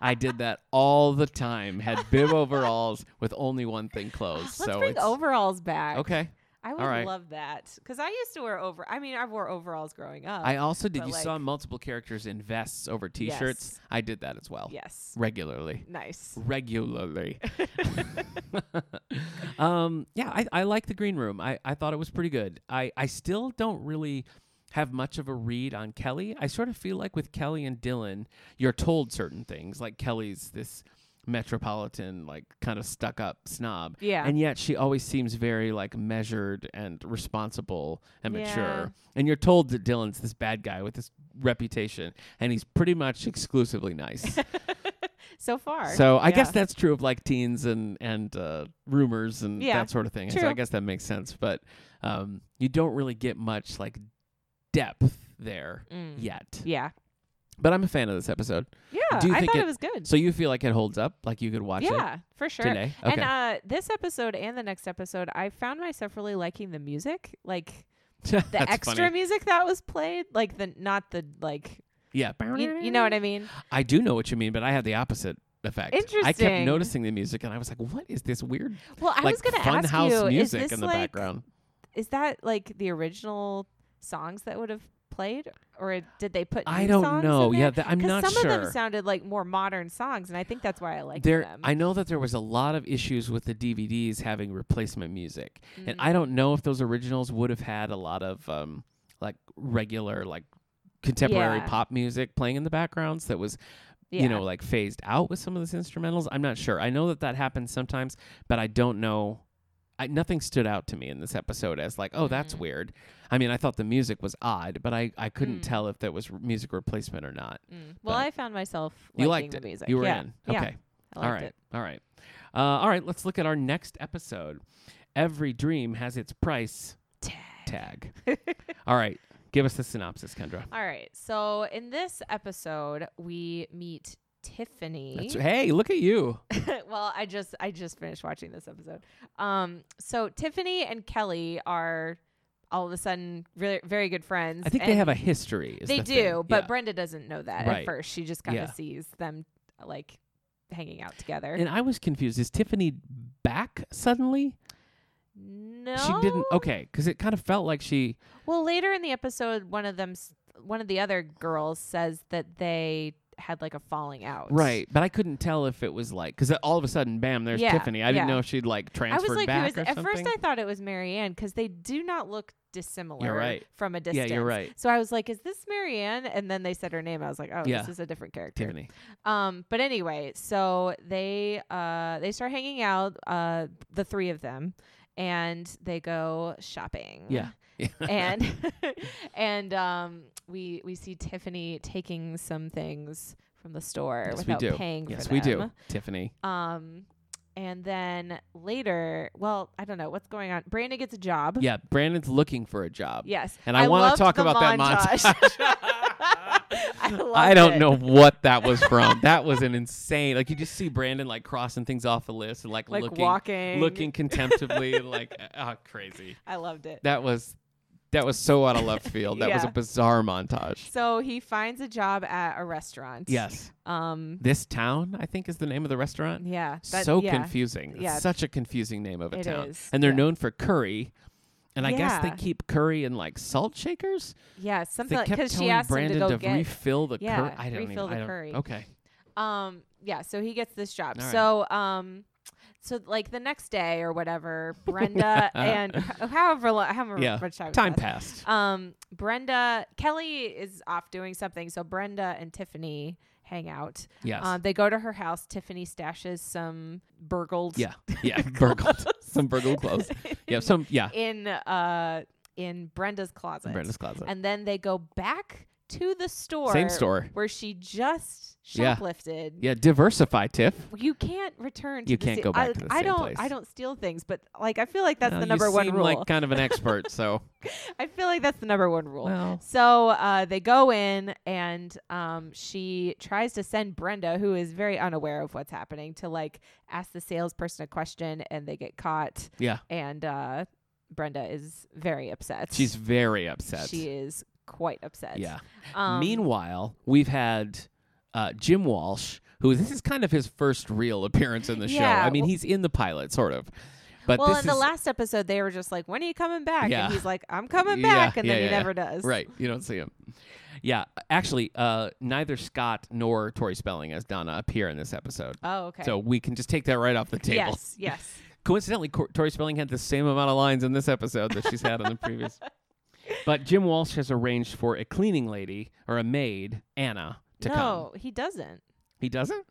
Speaker 1: I did that all the time. Had bib overalls with only one thing closed.
Speaker 2: Let's
Speaker 1: so
Speaker 2: bring
Speaker 1: it's
Speaker 2: overalls back.
Speaker 1: okay.
Speaker 2: I would
Speaker 1: all right.
Speaker 2: love that because I used to wear over. I mean, I wore overalls growing up.
Speaker 1: I also did.
Speaker 2: but,
Speaker 1: You saw
Speaker 2: like-
Speaker 1: multiple characters in vests over t-shirts.
Speaker 2: Yes.
Speaker 1: I did that as well.
Speaker 2: yes.
Speaker 1: Regularly.
Speaker 2: Nice.
Speaker 1: Regularly. um, yeah, I, I like the green room. I, I thought it was pretty good. I, I still don't really have much of a read on Kelly. I sort of feel like with Kelly and Dylan, you're told certain things. Like Kelly's this metropolitan, like kind of stuck up snob.
Speaker 2: Yeah.
Speaker 1: And yet she always seems very like measured and responsible and
Speaker 2: Yeah.
Speaker 1: mature. And you're told that Dylan's this bad guy with this reputation and he's pretty much exclusively nice.
Speaker 2: So far.
Speaker 1: So I guess
Speaker 2: Yeah.
Speaker 1: that's true of like teens and and uh, rumors and
Speaker 2: Yeah,
Speaker 1: that sort of thing. So
Speaker 2: true.
Speaker 1: I guess that makes sense, but um, you don't really get much like depth there
Speaker 2: Mm.
Speaker 1: yet.
Speaker 2: Yeah.
Speaker 1: But I'm a fan of this episode.
Speaker 2: Yeah.
Speaker 1: Do you
Speaker 2: I
Speaker 1: think
Speaker 2: thought it,
Speaker 1: it-
Speaker 2: was good.
Speaker 1: So you feel like it holds up, like you could watch it
Speaker 2: yeah, for sure.
Speaker 1: today. Okay.
Speaker 2: And uh, this episode and the next episode, I found myself really liking the music, like the
Speaker 1: That's
Speaker 2: extra
Speaker 1: funny.
Speaker 2: music that was played, like the not the like
Speaker 1: Yeah.
Speaker 2: you, you know what I mean.
Speaker 1: I do know what you mean, but I had the opposite effect. I kept
Speaker 2: Interesting.
Speaker 1: noticing the music and I was like, what is this weird
Speaker 2: Well, I
Speaker 1: like
Speaker 2: was gonna
Speaker 1: fun
Speaker 2: ask
Speaker 1: house
Speaker 2: you,
Speaker 1: music
Speaker 2: is this
Speaker 1: in the
Speaker 2: like,
Speaker 1: background?
Speaker 2: Is that like the original songs that would have played, or did they put?
Speaker 1: I
Speaker 2: new
Speaker 1: don't
Speaker 2: songs
Speaker 1: know. Yeah,
Speaker 2: In there?
Speaker 1: that- I'm
Speaker 2: 'Cause
Speaker 1: not
Speaker 2: some
Speaker 1: sure.
Speaker 2: of them sounded like more modern songs, and I think that's why I like
Speaker 1: there
Speaker 2: them.
Speaker 1: I know that there was a lot of issues with the DVDs having replacement music. And
Speaker 2: Mm.
Speaker 1: I don't know if those originals would have had a lot of um like regular like contemporary
Speaker 2: Yeah.
Speaker 1: pop music playing in the backgrounds that was
Speaker 2: Yeah.
Speaker 1: you know like phased out with some of those instrumentals. I'm not sure. I know that that happens sometimes, but I don't know I, nothing stood out to me in this episode as like, oh, that's
Speaker 2: Mm-hmm.
Speaker 1: weird. I mean, I thought the music was odd, but I, I couldn't
Speaker 2: Mm.
Speaker 1: tell if there was r- music replacement or not.
Speaker 2: Mm. Well,
Speaker 1: but-
Speaker 2: I found myself
Speaker 1: You
Speaker 2: liking
Speaker 1: liked it.
Speaker 2: the music.
Speaker 1: You were
Speaker 2: yeah.
Speaker 1: in.
Speaker 2: Yeah,
Speaker 1: Okay.
Speaker 2: I liked
Speaker 1: all right.
Speaker 2: it.
Speaker 1: All right. Uh, all right. Let's look at our next episode. Every dream has its price tag. All right. Give us the synopsis, Kendra.
Speaker 2: All right. So in this episode, we meet Tiffany.
Speaker 1: That's, hey, look at you.
Speaker 2: well, I just I just finished watching this episode. Um, so Tiffany and Kelly are all of a sudden really very good friends.
Speaker 1: I think they
Speaker 2: and
Speaker 1: have a history. is
Speaker 2: they
Speaker 1: the
Speaker 2: do,
Speaker 1: thing.
Speaker 2: but
Speaker 1: Yeah.
Speaker 2: Brenda doesn't know that
Speaker 1: Right.
Speaker 2: at first. She just kind of
Speaker 1: Yeah.
Speaker 2: sees them like hanging out together.
Speaker 1: and I was confused. Is Tiffany back suddenly?
Speaker 2: no,
Speaker 1: She didn't. Okay, because it kind of felt like she.
Speaker 2: Well, later in the episode, one of them, s- one of the other girls says that they had like a falling out.
Speaker 1: Right, but I couldn't tell if it was like because all of a sudden, bam, there's
Speaker 2: Yeah,
Speaker 1: Tiffany. I didn't
Speaker 2: yeah.
Speaker 1: know if she'd like
Speaker 2: I
Speaker 1: transferred
Speaker 2: was like, who
Speaker 1: back
Speaker 2: is
Speaker 1: or
Speaker 2: at
Speaker 1: something.
Speaker 2: first I thought it was Marianne because they do not look dissimilar
Speaker 1: right.
Speaker 2: from a
Speaker 1: yeah,
Speaker 2: distance.
Speaker 1: you're right,
Speaker 2: So I was like, is this Marianne? And then they said her name. I was like, oh,
Speaker 1: Yeah.
Speaker 2: this is a different character.
Speaker 1: Tiffany.
Speaker 2: Um, but anyway, so they uh they start hanging out, uh the three of them, and they go shopping.
Speaker 1: Yeah.
Speaker 2: and and um we we see Tiffany taking some things from the store
Speaker 1: yes, we
Speaker 2: without
Speaker 1: do.
Speaker 2: paying
Speaker 1: yes,
Speaker 2: for
Speaker 1: we
Speaker 2: them.
Speaker 1: do. Tiffany.
Speaker 2: Um and then later, well, I don't know what's going on. Brandon gets a job.
Speaker 1: Yeah, Brandon's looking for a job.
Speaker 2: Yes.
Speaker 1: And I wanna
Speaker 2: loved
Speaker 1: talk
Speaker 2: the
Speaker 1: about that
Speaker 2: montage. I,
Speaker 1: I
Speaker 2: loved
Speaker 1: don't
Speaker 2: it.
Speaker 1: know what that was from. that was an insane. Like you just see Brandon like crossing things off the list and like,
Speaker 2: Like
Speaker 1: looking,
Speaker 2: walking.
Speaker 1: looking contemptibly, like ah, crazy.
Speaker 2: I loved it.
Speaker 1: That was that was so out of left field. That was a
Speaker 2: Yeah.
Speaker 1: bizarre montage.
Speaker 2: So he finds a job at a restaurant.
Speaker 1: Yes,
Speaker 2: Um.
Speaker 1: this town I think is the name of the restaurant.
Speaker 2: Yeah. that-
Speaker 1: so
Speaker 2: yeah.
Speaker 1: confusing. It's
Speaker 2: Yeah.
Speaker 1: Such a confusing name of a
Speaker 2: It
Speaker 1: town.
Speaker 2: is,
Speaker 1: And they're
Speaker 2: yeah.
Speaker 1: known for curry. And I guess they
Speaker 2: Yeah.
Speaker 1: keep curry in like salt shakers.
Speaker 2: Yeah. Something
Speaker 1: they kept
Speaker 2: because
Speaker 1: telling
Speaker 2: she asked
Speaker 1: Brandon
Speaker 2: him to go
Speaker 1: to,
Speaker 2: get.
Speaker 1: refill the curry.
Speaker 2: yeah,
Speaker 1: I don't
Speaker 2: refill
Speaker 1: even,
Speaker 2: the
Speaker 1: I don't-
Speaker 2: curry.
Speaker 1: Okay.
Speaker 2: um. Yeah. So he gets this job.
Speaker 1: All right.
Speaker 2: So um. So like the next day or whatever, Brenda and however lo- however
Speaker 1: Yeah.
Speaker 2: much time
Speaker 1: Time
Speaker 2: passed.
Speaker 1: passed.
Speaker 2: Um, Brenda Kelly is off doing something, so Brenda and Tiffany hang out.
Speaker 1: Yes.
Speaker 2: Um, they go to her house. Tiffany stashes some burgled
Speaker 1: yeah. Yeah. burgled. Some burgled clothes. Yeah. Some. Yeah.
Speaker 2: in uh in Brenda's closet.
Speaker 1: Brenda's closet.
Speaker 2: And then they go back to the store.
Speaker 1: Same store.
Speaker 2: where she just
Speaker 1: Yeah.
Speaker 2: shoplifted.
Speaker 1: Yeah. Diversify, Tiff.
Speaker 2: You can't return. To
Speaker 1: You
Speaker 2: the
Speaker 1: can't
Speaker 2: sta-
Speaker 1: go back
Speaker 2: I,
Speaker 1: to the
Speaker 2: I
Speaker 1: same
Speaker 2: don't.
Speaker 1: place.
Speaker 2: I don't steal things, but like I feel like that's
Speaker 1: Well,
Speaker 2: the
Speaker 1: you
Speaker 2: number one
Speaker 1: seem
Speaker 2: rule.
Speaker 1: like kind of an expert. So.
Speaker 2: I feel like that's the number one rule.
Speaker 1: well.
Speaker 2: So uh, they go in, and um, she tries to send Brenda, who is very unaware of what's happening, to like ask the salesperson a question, and they get caught.
Speaker 1: Yeah.
Speaker 2: And uh, Brenda is very upset.
Speaker 1: She's very upset.
Speaker 2: she is quite upset.
Speaker 1: Yeah.
Speaker 2: Um,
Speaker 1: Meanwhile, we've had uh, Jim Walsh, who this is kind of his first real appearance in the show.
Speaker 2: Yeah,
Speaker 1: I mean,
Speaker 2: well-
Speaker 1: he's in the pilot, sort of. But
Speaker 2: well,
Speaker 1: this
Speaker 2: in the
Speaker 1: is,
Speaker 2: last episode, they were just like, "When are you coming back?"
Speaker 1: Yeah.
Speaker 2: And he's like, "I'm coming
Speaker 1: Yeah,
Speaker 2: back," and
Speaker 1: yeah,
Speaker 2: then
Speaker 1: yeah,
Speaker 2: he
Speaker 1: yeah.
Speaker 2: never does.
Speaker 1: right, you don't see him. Yeah, actually, uh, neither Scott nor Tori Spelling as Donna appear in this episode.
Speaker 2: Oh, okay.
Speaker 1: So we can just take that right off the table.
Speaker 2: yes, yes.
Speaker 1: Coincidentally, Cor- Tori Spelling had the same amount of lines in this episode that she's had in the previous. But Jim Walsh has arranged for a cleaning lady or a maid, Anna, to come.
Speaker 2: no, he doesn't.
Speaker 1: He doesn't?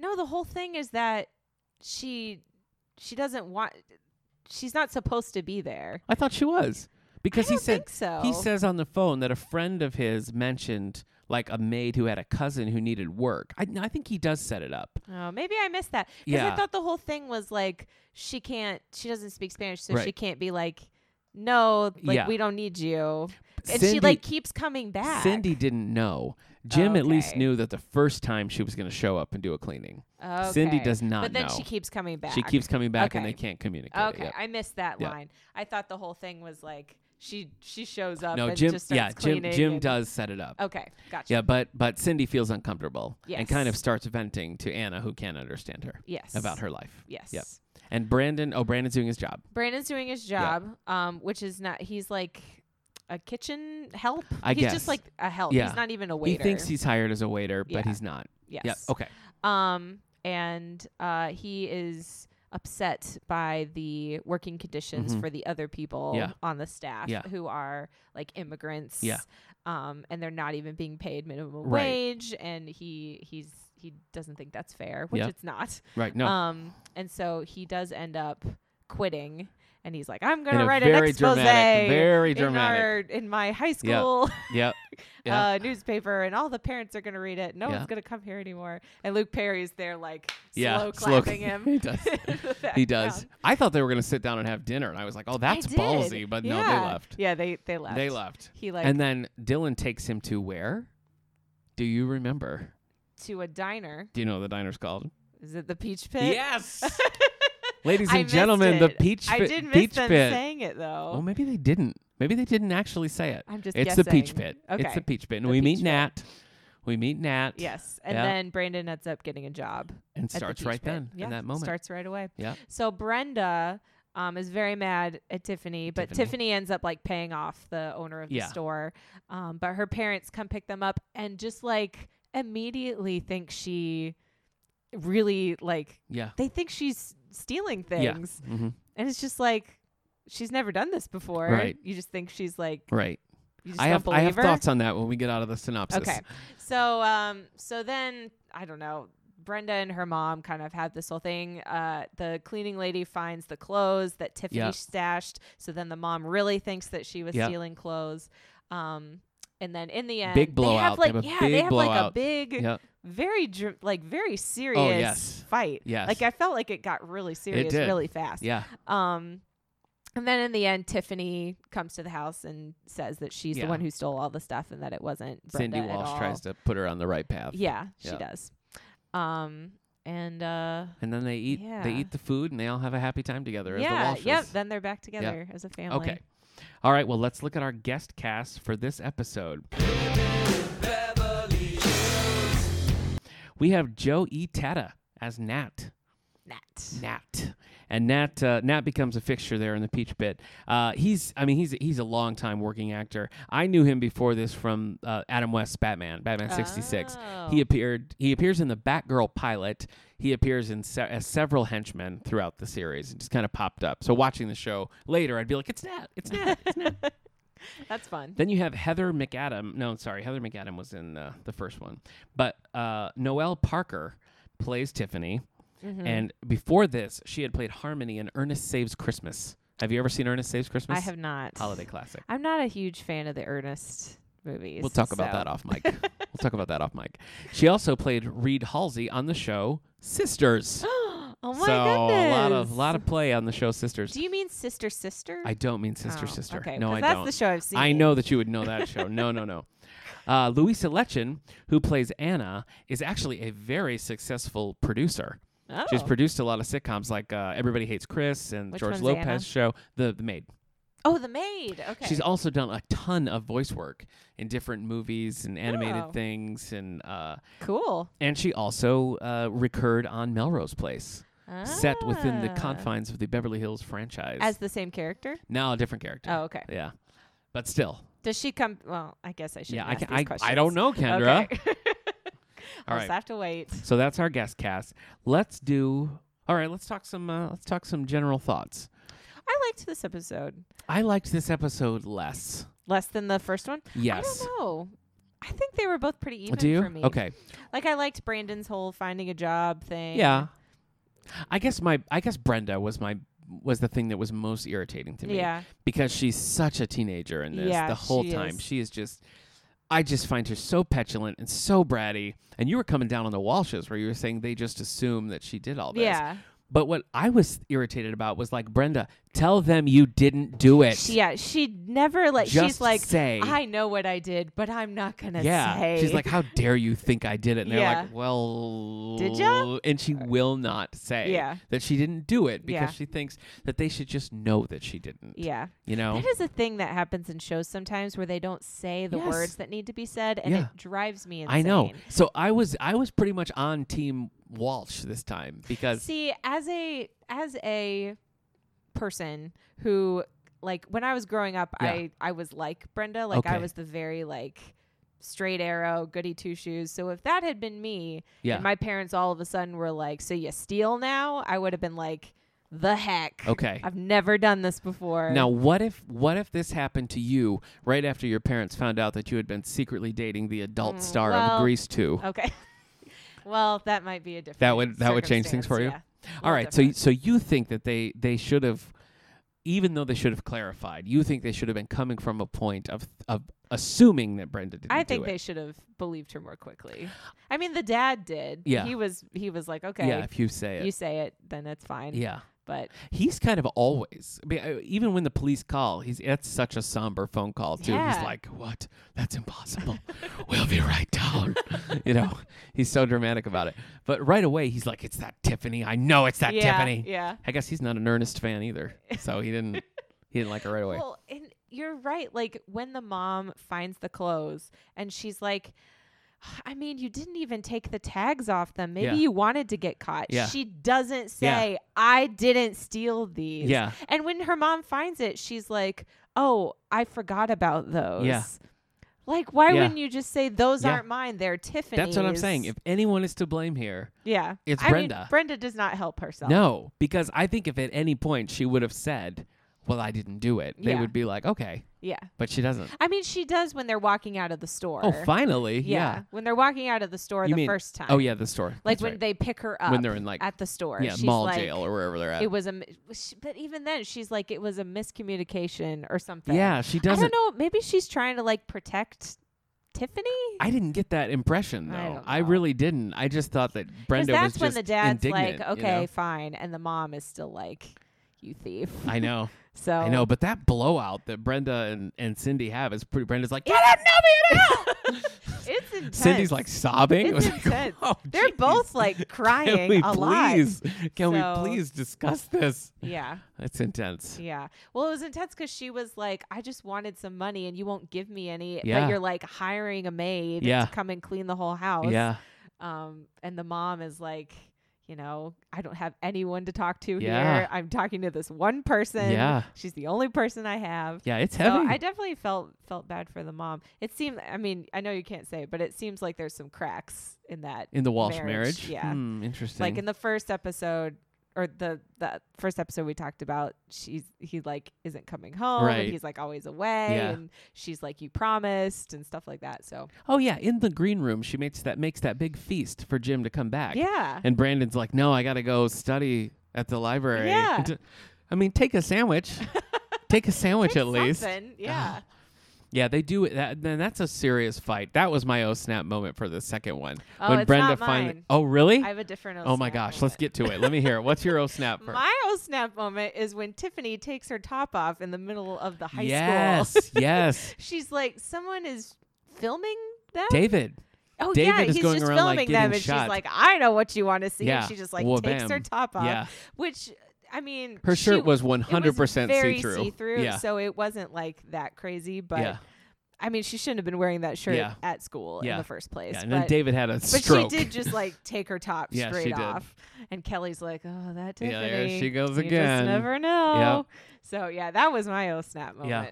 Speaker 2: No, the whole thing is that she she doesn't want she's not supposed to be there.
Speaker 1: I thought she was because
Speaker 2: I
Speaker 1: he
Speaker 2: don't
Speaker 1: said
Speaker 2: think so.
Speaker 1: he says on the phone that a friend of his mentioned like a maid who had a cousin who needed work. I, I think he does set it up.
Speaker 2: Oh, maybe I missed that. Because
Speaker 1: Yeah.
Speaker 2: I thought the whole thing was like she can't she doesn't speak Spanish, so she
Speaker 1: Right.
Speaker 2: can't be like no, like
Speaker 1: Yeah.
Speaker 2: we don't need you. And
Speaker 1: Cindy-
Speaker 2: she like keeps coming back.
Speaker 1: Cindy didn't know. Jim at least
Speaker 2: Okay.
Speaker 1: knew that the first time she was going to show up and do a cleaning. Cindy
Speaker 2: Okay.
Speaker 1: does not
Speaker 2: But then
Speaker 1: know.
Speaker 2: she keeps coming back.
Speaker 1: She keeps coming back and
Speaker 2: Okay.
Speaker 1: they can't communicate.
Speaker 2: Okay,
Speaker 1: Yep.
Speaker 2: I missed that
Speaker 1: Yep.
Speaker 2: line. I thought the whole thing was like she she shows up
Speaker 1: No,
Speaker 2: and
Speaker 1: Jim.
Speaker 2: just starts
Speaker 1: Yeah, Jim.
Speaker 2: cleaning
Speaker 1: Jim
Speaker 2: and- Oh.
Speaker 1: does set it up.
Speaker 2: Okay, gotcha.
Speaker 1: Yeah, but but Cindy feels uncomfortable and kind of
Speaker 2: Yes.
Speaker 1: starts venting to Anna, who can't understand her
Speaker 2: Yes.
Speaker 1: about her life.
Speaker 2: Yes.
Speaker 1: Yep. And Brandon. Oh, Brandon's doing his job.
Speaker 2: Brandon's doing his
Speaker 1: Yeah.
Speaker 2: job, um, which is not. He's like a kitchen help.
Speaker 1: I
Speaker 2: he's
Speaker 1: guess.
Speaker 2: just like a help.
Speaker 1: Yeah.
Speaker 2: He's not even a
Speaker 1: He
Speaker 2: waiter.
Speaker 1: thinks he's hired as a waiter,
Speaker 2: Yeah.
Speaker 1: but he's not.
Speaker 2: Yes.
Speaker 1: Yeah. Okay.
Speaker 2: Um, and uh, he is upset by the working conditions
Speaker 1: Mhm.
Speaker 2: for the other people
Speaker 1: Yeah.
Speaker 2: on the staff
Speaker 1: Yeah.
Speaker 2: who are like immigrants.
Speaker 1: Yeah.
Speaker 2: Um, and they're not even being paid minimum
Speaker 1: Right.
Speaker 2: wage, and he he's he doesn't think that's fair, which
Speaker 1: Yeah.
Speaker 2: it's not.
Speaker 1: Right. No.
Speaker 2: Um, and so he does end up quitting and he's like, I'm gonna
Speaker 1: a
Speaker 2: write an
Speaker 1: very
Speaker 2: expose
Speaker 1: dramatic- very
Speaker 2: in, our,
Speaker 1: dramatic.
Speaker 2: in my high school
Speaker 1: Yep. Yeah.
Speaker 2: uh, newspaper, and all the parents are gonna read it. No
Speaker 1: Yeah.
Speaker 2: one's gonna come here anymore. And Luke Perry's there, like
Speaker 1: Yeah,
Speaker 2: slow
Speaker 1: slow-
Speaker 2: clapping him.
Speaker 1: He does.
Speaker 2: in the
Speaker 1: he
Speaker 2: background.
Speaker 1: does. I thought they were going to sit down and have dinner, and I was like, "Oh, that's
Speaker 2: I did.
Speaker 1: ballsy," but no,
Speaker 2: Yeah.
Speaker 1: they left.
Speaker 2: Yeah, they they left.
Speaker 1: They left.
Speaker 2: He like
Speaker 1: and then Dylan takes him to where? Do you remember?
Speaker 2: to a diner.
Speaker 1: Do you know what the diner's called?
Speaker 2: Is it the Peach Pit?
Speaker 1: Yes. Ladies
Speaker 2: I
Speaker 1: and
Speaker 2: missed
Speaker 1: gentlemen, the
Speaker 2: it.
Speaker 1: peach
Speaker 2: I
Speaker 1: pit.
Speaker 2: did miss
Speaker 1: peach
Speaker 2: them
Speaker 1: pit.
Speaker 2: saying it though.
Speaker 1: Well, maybe they didn't. Maybe they didn't actually say it.
Speaker 2: I'm just
Speaker 1: it's the peach
Speaker 2: guessing.
Speaker 1: pit. It's
Speaker 2: Okay.
Speaker 1: the peach pit. And
Speaker 2: The
Speaker 1: we meet
Speaker 2: Peach Pit.
Speaker 1: Nat. We meet Nat.
Speaker 2: Yes. And
Speaker 1: Yeah.
Speaker 2: then Brandon ends up getting a job.
Speaker 1: And
Speaker 2: at the
Speaker 1: starts
Speaker 2: Peach
Speaker 1: right
Speaker 2: Pit.
Speaker 1: then
Speaker 2: Yeah,
Speaker 1: in that moment.
Speaker 2: Starts right away.
Speaker 1: Yeah.
Speaker 2: So Brenda um, is very mad at Tiffany, but
Speaker 1: Tiffany.
Speaker 2: Tiffany. ends up like paying off the owner of
Speaker 1: Yeah.
Speaker 2: the store. Um, but her parents come pick them up and just like immediately think she really like
Speaker 1: Yeah.
Speaker 2: they think she's stealing things.
Speaker 1: Yeah. hmm
Speaker 2: And it's just like she's never done this before.
Speaker 1: Right.
Speaker 2: You just think she's like
Speaker 1: Right.
Speaker 2: you just
Speaker 1: I
Speaker 2: don't
Speaker 1: have
Speaker 2: believe
Speaker 1: I have
Speaker 2: her.
Speaker 1: thoughts on that when we get out of the synopsis.
Speaker 2: Okay. So um so then I don't know. Brenda and her mom kind of have this whole thing. Uh, the cleaning lady finds the clothes that Tiffany
Speaker 1: Yeah.
Speaker 2: stashed. So then the mom really thinks that she was
Speaker 1: Yeah.
Speaker 2: stealing clothes. Um, and then in the end,
Speaker 1: Big
Speaker 2: They have
Speaker 1: blowout. They
Speaker 2: like
Speaker 1: have a
Speaker 2: yeah,
Speaker 1: big
Speaker 2: they have like a
Speaker 1: blowout.
Speaker 2: big,
Speaker 1: Yep.
Speaker 2: very dr- like very serious
Speaker 1: yes.
Speaker 2: fight.
Speaker 1: Yes.
Speaker 2: Like I felt like it got really serious
Speaker 1: did.
Speaker 2: really fast.
Speaker 1: Yeah.
Speaker 2: Um, and then in the end, Tiffany comes to the house and says that she's
Speaker 1: Yeah.
Speaker 2: the one who stole all the stuff and that it wasn't
Speaker 1: Cindy
Speaker 2: Brenda at
Speaker 1: Walsh
Speaker 2: all.
Speaker 1: tries to put her on the right path.
Speaker 2: Yeah, she
Speaker 1: Yeah.
Speaker 2: does. Um, and uh,
Speaker 1: And then they eat they
Speaker 2: Yeah.
Speaker 1: eat the food and they all have a happy time together
Speaker 2: yeah,
Speaker 1: as the Walshes.
Speaker 2: yep. Then they're back together as a family.
Speaker 1: Okay. All right, well, let's look at our guest cast for this episode. We have Joe E. Tata as Nat.
Speaker 2: Nat.
Speaker 1: Nat. And Nat uh, Nat becomes a fixture there in the Peach Pit. Uh, he's I mean he's he's a long time working actor. I knew him before this from uh, Adam West's Batman, Batman '66. He
Speaker 2: Oh.
Speaker 1: appeared he appears in the Batgirl pilot. He appears in se- as several henchmen throughout the series. It just kind of popped up. So watching the show later, I'd be like, it's Nat, it's Nat, it's Nat.
Speaker 2: That's fun.
Speaker 1: Then you have Heather McAdam. No, sorry, Heather McAdam was in uh, the first one, but uh, Noelle Parker plays Tiffany,
Speaker 2: Mm-hmm.
Speaker 1: and before this, she had played Harmony in Ernest Saves Christmas. Have you ever seen Ernest Saves Christmas?
Speaker 2: I have not.
Speaker 1: Holiday classic.
Speaker 2: I'm not a huge fan of the Ernest movies.
Speaker 1: We'll talk about
Speaker 2: so-
Speaker 1: that off mic. we'll talk about that off mic. She also played Reed Halsey on the show Sisters.
Speaker 2: oh my
Speaker 1: so
Speaker 2: goodness.
Speaker 1: a lot of lot of play on the show Sisters.
Speaker 2: Do you mean sister sister?
Speaker 1: I don't mean sister
Speaker 2: Oh,
Speaker 1: sister.
Speaker 2: Okay,
Speaker 1: no,
Speaker 2: 'cause
Speaker 1: I
Speaker 2: that's
Speaker 1: don't.
Speaker 2: the show I've seen.
Speaker 1: I know that you would know that show. No, no, no. Uh, Louisa Lechen, who plays Anna, is actually a very successful producer.
Speaker 2: Oh.
Speaker 1: She's produced a lot of sitcoms like uh, Everybody Hates Chris and
Speaker 2: Which
Speaker 1: George
Speaker 2: one's
Speaker 1: Lopez
Speaker 2: Anna?
Speaker 1: show, the, the Maid.
Speaker 2: oh, the maid. Okay.
Speaker 1: She's also done a ton of voice work in different movies and animated
Speaker 2: Oh.
Speaker 1: things, and uh,
Speaker 2: cool.
Speaker 1: and she also uh, recurred on Melrose Place, set within the
Speaker 2: Ah.
Speaker 1: confines of the Beverly Hills franchise.
Speaker 2: As the same character?
Speaker 1: now a different character.
Speaker 2: Oh, okay.
Speaker 1: Yeah, but still,
Speaker 2: Does she come? Well, I guess I should.
Speaker 1: yeah, I,
Speaker 2: ask
Speaker 1: can,
Speaker 2: these
Speaker 1: I,
Speaker 2: questions.
Speaker 1: I don't know, Kendra.
Speaker 2: Okay. I'll
Speaker 1: All
Speaker 2: just
Speaker 1: right.
Speaker 2: have to wait.
Speaker 1: So that's our guest cast. Let's do. All right, let's talk some. Uh, let's talk some general thoughts.
Speaker 2: I liked this episode
Speaker 1: I liked this episode less.
Speaker 2: less than the first one. I
Speaker 1: Yes. Oh,
Speaker 2: don't know. I think they were both pretty even
Speaker 1: Do you?
Speaker 2: for me.
Speaker 1: Okay.
Speaker 2: Like I liked Brandon's whole finding a job thing.
Speaker 1: Yeah. I guess my. I guess Brenda was my was the thing that was most irritating to me.
Speaker 2: Yeah.
Speaker 1: Because she's such a teenager in this
Speaker 2: Yeah,
Speaker 1: the whole
Speaker 2: she
Speaker 1: time.
Speaker 2: is.
Speaker 1: She is just. I just find her so petulant and so bratty. And you were coming down on the Walshes where you were saying they just assume that she did all this.
Speaker 2: Yeah.
Speaker 1: But what I was irritated about was like, Brenda, tell them you didn't do it.
Speaker 2: She, yeah. She never like she's
Speaker 1: Just
Speaker 2: like
Speaker 1: say.
Speaker 2: I know what I did, but I'm not gonna
Speaker 1: yeah.
Speaker 2: say.
Speaker 1: She's like, How dare you think I did it? And they're
Speaker 2: Yeah.
Speaker 1: like, Well
Speaker 2: Did ya?
Speaker 1: And she will not say
Speaker 2: Yeah.
Speaker 1: that she didn't do it because
Speaker 2: Yeah.
Speaker 1: she thinks that they should just know that she didn't.
Speaker 2: Yeah.
Speaker 1: You know?
Speaker 2: That is a thing that happens in shows sometimes where they don't say the
Speaker 1: Yes.
Speaker 2: words that need to be said, and
Speaker 1: Yeah.
Speaker 2: it drives me insane.
Speaker 1: I know. So I was I was pretty much on team Walsh this time because
Speaker 2: See, as a as a person who like when I was growing up,
Speaker 1: Yeah.
Speaker 2: I I was like Brenda, like I
Speaker 1: Okay.
Speaker 2: was the very like straight arrow, goody two shoes. So if that had been me,
Speaker 1: Yeah.
Speaker 2: and my parents all of a sudden were like, "So you steal now?" I would have been like, "The heck."
Speaker 1: Okay.
Speaker 2: I've never done this before.
Speaker 1: Now, what if what if this happened to you right after your parents found out that you had been secretly dating the adult
Speaker 2: Mm,
Speaker 1: star
Speaker 2: well,
Speaker 1: of Grease 2?
Speaker 2: Okay. well, that might be a different.
Speaker 1: That would- that would change things
Speaker 2: circumstance,
Speaker 1: for you?
Speaker 2: yeah.
Speaker 1: All
Speaker 2: Little
Speaker 1: right,
Speaker 2: different.
Speaker 1: so so you think that they they should have even though they should have clarified, you think they should have been coming from a point of of assuming that Brenda didn't.
Speaker 2: I
Speaker 1: do
Speaker 2: think
Speaker 1: it.
Speaker 2: they should have believed her more quickly. I mean, the dad did.
Speaker 1: Yeah.
Speaker 2: He was he was like, okay,
Speaker 1: Yeah, if you say it.
Speaker 2: you say it, then that's fine.
Speaker 1: yeah.
Speaker 2: But
Speaker 1: He's kind of always, I mean, uh, even when the police call, he's that's such a somber phone call too.
Speaker 2: Yeah.
Speaker 1: He's like, "What? That's impossible. we'll be right down." you know, he's so dramatic about it. But right away, he's like, "It's that Tiffany. I know it's that
Speaker 2: yeah,
Speaker 1: Tiffany."
Speaker 2: yeah.
Speaker 1: I guess he's not an Ernest fan either, so he didn't he didn't like her right away.
Speaker 2: Well, and you're right. Like when the mom finds the clothes and she's like, I mean, you didn't even take the tags off them. Maybe
Speaker 1: Yeah.
Speaker 2: you wanted to get caught.
Speaker 1: Yeah.
Speaker 2: She doesn't
Speaker 1: Yeah.
Speaker 2: say, I didn't steal these.
Speaker 1: yeah,
Speaker 2: And when her mom finds it, she's like, Oh, I forgot about those. Like, why
Speaker 1: Yeah.
Speaker 2: wouldn't you just say those
Speaker 1: Yeah.
Speaker 2: aren't mine? They're Tiffany's.
Speaker 1: that's what I'm saying. If anyone is to blame here,
Speaker 2: yeah,
Speaker 1: it's
Speaker 2: I Mean,
Speaker 1: Brenda.
Speaker 2: Brenda does not help herself.
Speaker 1: no, because I think if at any point she would have said, "Well, I didn't do it," they
Speaker 2: Yeah.
Speaker 1: would be like, "Okay,"
Speaker 2: Yeah.
Speaker 1: but she doesn't.
Speaker 2: I mean, she does when they're walking out of the store.
Speaker 1: Oh, finally,
Speaker 2: Yeah. When they're walking out of the store
Speaker 1: You
Speaker 2: the
Speaker 1: mean-
Speaker 2: first time.
Speaker 1: Oh yeah, the store.
Speaker 2: Like
Speaker 1: That's
Speaker 2: when
Speaker 1: right.
Speaker 2: they pick her up
Speaker 1: When they're in, like-
Speaker 2: at the store.
Speaker 1: yeah
Speaker 2: she's
Speaker 1: mall
Speaker 2: like,
Speaker 1: jail or wherever they're at.
Speaker 2: It was a, m- was she- but even then she's like, it was a miscommunication or something.
Speaker 1: yeah, she doesn't.
Speaker 2: I don't know. Maybe she's trying to like protect Tiffany.
Speaker 1: I didn't get that impression though.
Speaker 2: I
Speaker 1: I,
Speaker 2: don't know.
Speaker 1: really didn't. I just thought that
Speaker 2: Because
Speaker 1: Brenda
Speaker 2: that's
Speaker 1: was
Speaker 2: when
Speaker 1: just
Speaker 2: the dad's
Speaker 1: indignant,
Speaker 2: like,
Speaker 1: you
Speaker 2: okay,
Speaker 1: know?
Speaker 2: fine, and the mom is still like, you thief.
Speaker 1: I know,
Speaker 2: so
Speaker 1: I know, but that blowout that Brenda and, and Cindy have is pretty. Brenda's like,
Speaker 2: You don't know me at all. it's intense.
Speaker 1: Cindy's like sobbing. It
Speaker 2: It's
Speaker 1: was like, oh,
Speaker 2: intense.
Speaker 1: "Whoa,
Speaker 2: They're
Speaker 1: jeez.
Speaker 2: both like
Speaker 1: Can
Speaker 2: crying
Speaker 1: we
Speaker 2: a
Speaker 1: please? Can
Speaker 2: So-
Speaker 1: we please discuss this?
Speaker 2: lot. Yeah,
Speaker 1: It's intense.
Speaker 2: yeah. Well, it was intense because she was like, "I just wanted some money, and you won't give me any."
Speaker 1: Yeah.
Speaker 2: But you're like hiring a maid
Speaker 1: Yeah.
Speaker 2: to come and clean the whole house.
Speaker 1: Yeah,
Speaker 2: Um, and the mom is like, you know, I don't have anyone to talk to
Speaker 1: Yeah.
Speaker 2: here. I'm talking to this one person.
Speaker 1: Yeah.
Speaker 2: She's the only person I have.
Speaker 1: yeah, it's
Speaker 2: So
Speaker 1: heavy.
Speaker 2: I definitely felt felt bad for the mom. It seemed I mean, I know you can't say, it, but it seems like there's some cracks in that
Speaker 1: in the Walsh
Speaker 2: marriage,
Speaker 1: marriage,
Speaker 2: yeah.
Speaker 1: Hmm, interesting.
Speaker 2: like in the first episode or the the first episode we talked about she's he like isn't coming home
Speaker 1: Right.
Speaker 2: and he's like always away
Speaker 1: Yeah.
Speaker 2: and she's like you promised and stuff like that so
Speaker 1: oh yeah, in the green room, she makes that makes that big feast for Jim to come back.
Speaker 2: yeah
Speaker 1: And Brandon's like, no, I got to go study at the library.
Speaker 2: Yeah.
Speaker 1: I mean, take a sandwich. take a sandwich
Speaker 2: It's
Speaker 1: at least.
Speaker 2: something, yeah
Speaker 1: Yeah, they do. it- That, then that's a serious fight. That was my oh snap moment for the second one.
Speaker 2: Oh, it's not
Speaker 1: finally-
Speaker 2: mine.
Speaker 1: Oh, really?
Speaker 2: i have a different
Speaker 1: oh my gosh, let's get to it. Let me hear it. What's your oh snap for?
Speaker 2: my oh snap moment is when tiffany takes her top off in the middle of the high
Speaker 1: yes,
Speaker 2: school
Speaker 1: yes.
Speaker 2: she's like someone is filming them
Speaker 1: David.
Speaker 2: Oh yeah,
Speaker 1: David is
Speaker 2: he's
Speaker 1: going
Speaker 2: just
Speaker 1: around, like,
Speaker 2: filming
Speaker 1: getting
Speaker 2: them, and
Speaker 1: shot.
Speaker 2: she's like, "I know what you want to see."
Speaker 1: Yeah.
Speaker 2: And she just like
Speaker 1: Whoa,
Speaker 2: takes her
Speaker 1: bam.
Speaker 2: top off,
Speaker 1: Yeah.
Speaker 2: which I mean,
Speaker 1: Her
Speaker 2: she-
Speaker 1: shirt was
Speaker 2: it was
Speaker 1: 100%
Speaker 2: very
Speaker 1: see through.
Speaker 2: see-through,
Speaker 1: yeah.
Speaker 2: so it wasn't like that crazy. But
Speaker 1: yeah.
Speaker 2: I mean, she shouldn't have been wearing that shirt
Speaker 1: Yeah.
Speaker 2: at school
Speaker 1: Yeah.
Speaker 2: in the first place.
Speaker 1: yeah. And then
Speaker 2: but,
Speaker 1: David had a
Speaker 2: but
Speaker 1: stroke.
Speaker 2: she did just like take her top
Speaker 1: Yeah, she
Speaker 2: straight
Speaker 1: did.
Speaker 2: off, and Kelly's like, "Oh, that Tiffany."
Speaker 1: Yeah, there she goes
Speaker 2: you
Speaker 1: again."
Speaker 2: Just never know. So yeah, that was my oh snap moment.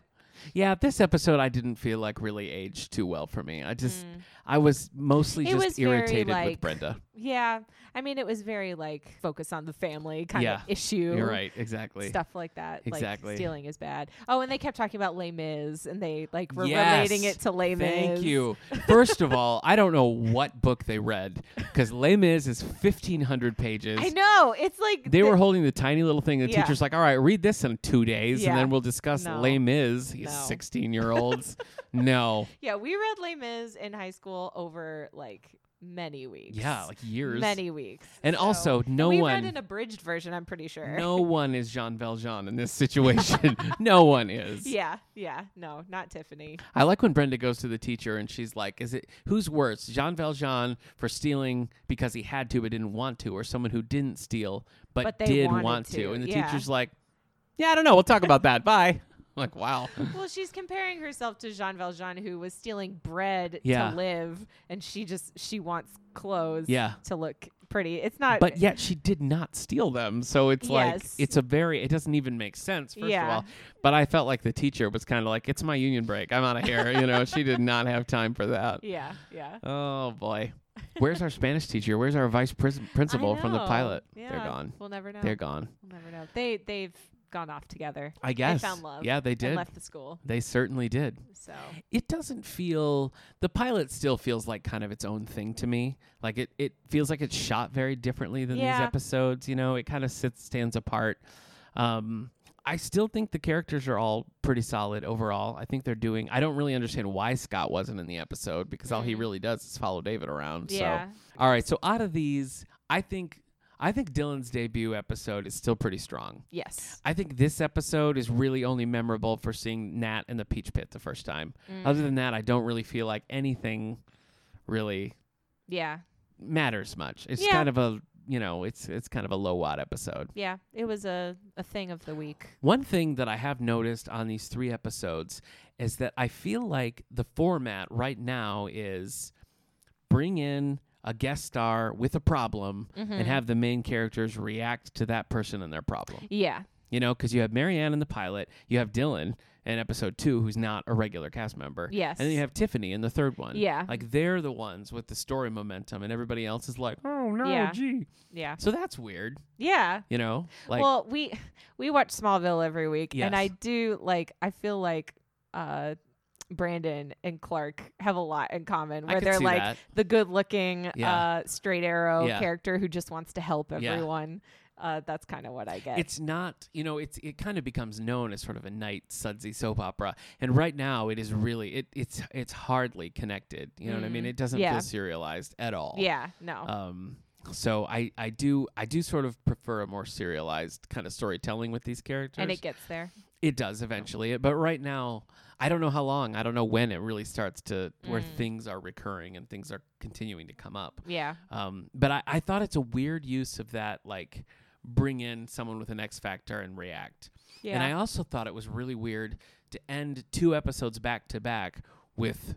Speaker 1: yeah, this episode I didn't feel like really aged too well for me. I just, I was mostly
Speaker 2: Mm. It
Speaker 1: just
Speaker 2: was very,
Speaker 1: irritated with
Speaker 2: like,
Speaker 1: Brenda.
Speaker 2: Yeah, I mean, it was very like focus on the family kind
Speaker 1: Yeah.
Speaker 2: of issue.
Speaker 1: You're right, exactly.
Speaker 2: stuff like that.
Speaker 1: Exactly.
Speaker 2: Like stealing is bad. Oh, and they kept talking about Les Mis, and they like were relating
Speaker 1: Yes.
Speaker 2: it to Les Mis.
Speaker 1: Thank you. First of all, I don't know what book they read because Les Mis is 1,500 pages.
Speaker 2: I know. It's like
Speaker 1: They were holding the tiny little thing. The
Speaker 2: Yeah.
Speaker 1: teacher's like, all right, read this in two days and
Speaker 2: Yeah.
Speaker 1: then we'll discuss
Speaker 2: No.
Speaker 1: Les Mis. You
Speaker 2: No.
Speaker 1: 16 year olds. no.
Speaker 2: Yeah, we read Les Mis in high school over like many weeks.
Speaker 1: Yeah, like years.
Speaker 2: many weeks.
Speaker 1: And
Speaker 2: So-
Speaker 1: also, no
Speaker 2: we
Speaker 1: one-
Speaker 2: read an abridged version. I'm pretty sure.
Speaker 1: No one is Jean Valjean in this situation. no one is.
Speaker 2: Yeah, yeah, no, not Tiffany.
Speaker 1: I like when Brenda goes to the teacher and she's like, "Is it who's worse, Jean Valjean for stealing because he had to but didn't want to, or someone who didn't steal but,
Speaker 2: But they
Speaker 1: did
Speaker 2: wanted
Speaker 1: want to?"
Speaker 2: to,
Speaker 1: And the
Speaker 2: yeah.
Speaker 1: teacher's like, "Yeah, I don't know. We'll talk about that. Bye." I'm like, wow.
Speaker 2: Well, she's comparing herself to Jean Valjean, who was stealing bread
Speaker 1: Yeah.
Speaker 2: to live, and she just she wants clothes
Speaker 1: Yeah.
Speaker 2: to look pretty. It's not
Speaker 1: But yet she did not steal them, so it's like
Speaker 2: Yes.
Speaker 1: it's a very it doesn't even make sense first of
Speaker 2: Yeah.
Speaker 1: all. But I felt like the teacher was kind of like, "It's my union break. I'm out of here." you know, she did not have time for that.
Speaker 2: Yeah, yeah.
Speaker 1: Oh boy, where's our Spanish teacher? Where's our vice pris- principal
Speaker 2: I
Speaker 1: from the
Speaker 2: know.
Speaker 1: pilot? They're
Speaker 2: Yeah,
Speaker 1: gone.
Speaker 2: We'll never know.
Speaker 1: They're gone.
Speaker 2: we'll never know. They they've gone off together.
Speaker 1: I guess.
Speaker 2: They found love.
Speaker 1: Yeah, they
Speaker 2: and
Speaker 1: did.
Speaker 2: left the school.
Speaker 1: They certainly did.
Speaker 2: So
Speaker 1: It doesn't feel the pilot still feels like kind of its own thing to me. Like it it feels like it's shot very differently than
Speaker 2: Yeah.
Speaker 1: these episodes, you know. It kind of sits stands apart. Um I still think the characters are all pretty solid overall. I think they're doing. I don't really understand why Scott wasn't in the episode because all he
Speaker 2: Mm.
Speaker 1: really does is follow David around.
Speaker 2: Yeah.
Speaker 1: So all right. So out of these, I think I think Dylan's debut episode is still pretty strong.
Speaker 2: Yes.
Speaker 1: I think this episode is really only memorable for seeing Nat in the Peach Pit the first time. Other than that, I don't really feel like anything really
Speaker 2: Yeah.
Speaker 1: matters much. It's
Speaker 2: Yeah.
Speaker 1: kind of a you know, it's it's kind of a low watt episode.
Speaker 2: Yeah. It was a, a thing of the week.
Speaker 1: One thing that I have noticed on these three episodes is that I feel like the format right now is bring in a guest star with a problem and have the main characters react to that person and their problem.
Speaker 2: Yeah.
Speaker 1: You know, because you have Marianne in the pilot, you have Dylan in episode two, who's not a regular cast member.
Speaker 2: Yes.
Speaker 1: And then you have Tiffany in the third one.
Speaker 2: Yeah.
Speaker 1: Like they're the ones with the story momentum, and everybody else is like, oh, no,
Speaker 2: Yeah.
Speaker 1: gee.
Speaker 2: Yeah.
Speaker 1: So that's weird,
Speaker 2: Yeah.
Speaker 1: you know? Like,
Speaker 2: well, we we watch Smallville every week,
Speaker 1: Yes.
Speaker 2: and I do like. I feel like uh, Brandon and Clark have a lot in common,
Speaker 1: I
Speaker 2: where
Speaker 1: could
Speaker 2: they're
Speaker 1: see
Speaker 2: like
Speaker 1: that.
Speaker 2: the good-looking,
Speaker 1: Yeah.
Speaker 2: uh, straight arrow
Speaker 1: Yeah.
Speaker 2: character who just wants to help
Speaker 1: Yeah.
Speaker 2: everyone. Uh, that's kind of what I get.
Speaker 1: it's not you know it's it kind of becomes known as sort of a night sudsy soap opera and right now it is really it it's it's hardly connected you know what i mean
Speaker 2: Mm,
Speaker 1: it doesn't
Speaker 2: yeah.
Speaker 1: feel serialized at all
Speaker 2: yeah, no,
Speaker 1: um so i i do i do sort of prefer a more serialized kind of storytelling with these characters
Speaker 2: and it gets there.
Speaker 1: it does eventually but right now i don't know how long i don't know when it really starts to where
Speaker 2: Mm.
Speaker 1: things are recurring and things are continuing to come up
Speaker 2: Yeah,
Speaker 1: um, but I, I thought it's a weird use of that, like bring in someone with an X factor and react.
Speaker 2: yeah,
Speaker 1: And I also thought it was really weird to end two episodes back to back with,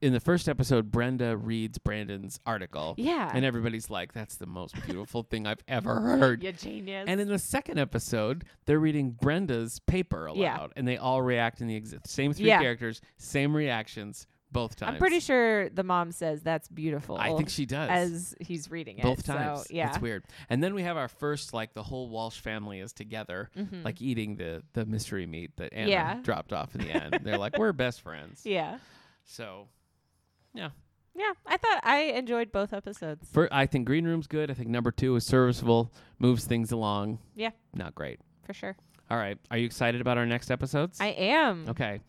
Speaker 1: in the first episode, Brenda reads Brandon's article.
Speaker 2: yeah.
Speaker 1: And everybody's like, that's the most beautiful thing I've ever heard.
Speaker 2: you genius.
Speaker 1: And in the second episode, they're reading Brenda's paper aloud,
Speaker 2: Yeah.
Speaker 1: and they all react in the exact same three
Speaker 2: Yeah.
Speaker 1: characters, same reactions both times.
Speaker 2: I'm pretty sure the mom says that's beautiful.
Speaker 1: I think she does
Speaker 2: as he's reading it.
Speaker 1: both
Speaker 2: so,
Speaker 1: times.
Speaker 2: yeah,
Speaker 1: it's weird. And then we have our first like the whole Walsh family is together,
Speaker 2: Mhm.
Speaker 1: like eating the the mystery meat that Anna
Speaker 2: Yeah.
Speaker 1: dropped off in the end. They're like we're best friends.
Speaker 2: yeah,
Speaker 1: So
Speaker 2: yeah. I thought I enjoyed both episodes.
Speaker 1: for, I think Green Room's good. I think number two is serviceable, moves things along.
Speaker 2: Yeah.
Speaker 1: not great.
Speaker 2: for sure.
Speaker 1: All right, are you excited about our next episodes?
Speaker 2: I am
Speaker 1: okay.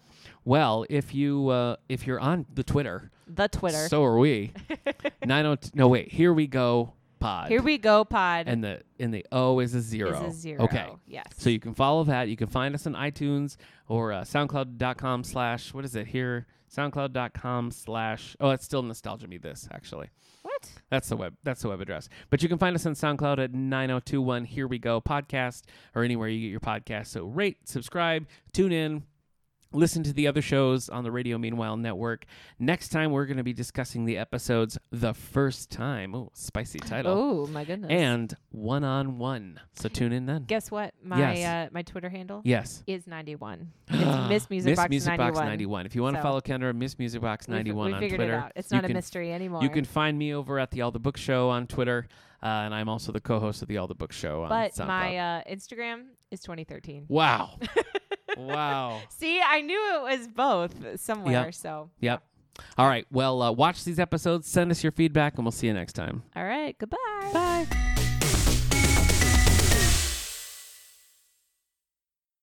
Speaker 1: Well, if you uh, if you're on the Twitter,
Speaker 2: the Twitter.
Speaker 1: so are we. Nine oh no wait, here we go pod.
Speaker 2: Here we go, pod.
Speaker 1: and the and the O is a
Speaker 2: is
Speaker 1: zero.
Speaker 2: a zero.
Speaker 1: Okay.
Speaker 2: Yes.
Speaker 1: So you can follow that. You can find us on iTunes or uh, SoundCloud.com slash, what is it here? SoundCloud.com slash, oh, it's still Nostalgia Me This, actually.
Speaker 2: what?
Speaker 1: That's the web. That's the web address. But you can find us on SoundCloud at 9021 Here We Go podcast or anywhere you get your podcast. So rate, subscribe, tune in, listen to the other shows on the Radio Meanwhile network. Next time we're going to be discussing the episodes the first time. Oh, spicy title.
Speaker 2: Oh my goodness.
Speaker 1: And one on one. So tune in then.
Speaker 2: guess what? My
Speaker 1: Yes.
Speaker 2: uh, my Twitter handle
Speaker 1: Yes.
Speaker 2: is ninety one. It's Miss Music
Speaker 1: Miss
Speaker 2: Box
Speaker 1: Music
Speaker 2: ninety
Speaker 1: Box
Speaker 2: one.
Speaker 1: 91. If you want to
Speaker 2: So-
Speaker 1: follow Kendra, Miss Music Box 91
Speaker 2: we
Speaker 1: on
Speaker 2: figured
Speaker 1: Twitter.
Speaker 2: It out. It's
Speaker 1: you
Speaker 2: not a
Speaker 1: can-
Speaker 2: mystery anymore.
Speaker 1: You can find me over at the All the Book Show on Twitter, uh, and I'm also the co-host of the All the Book Show on
Speaker 2: But
Speaker 1: SoundCloud.
Speaker 2: my uh, Instagram is twenty thirteen.
Speaker 1: wow, wow,
Speaker 2: See, I knew it was both somewhere. So
Speaker 1: yep. All right, well, uh, watch these episodes, send us your feedback, and we'll see you next time.
Speaker 2: all right. Goodbye. Bye.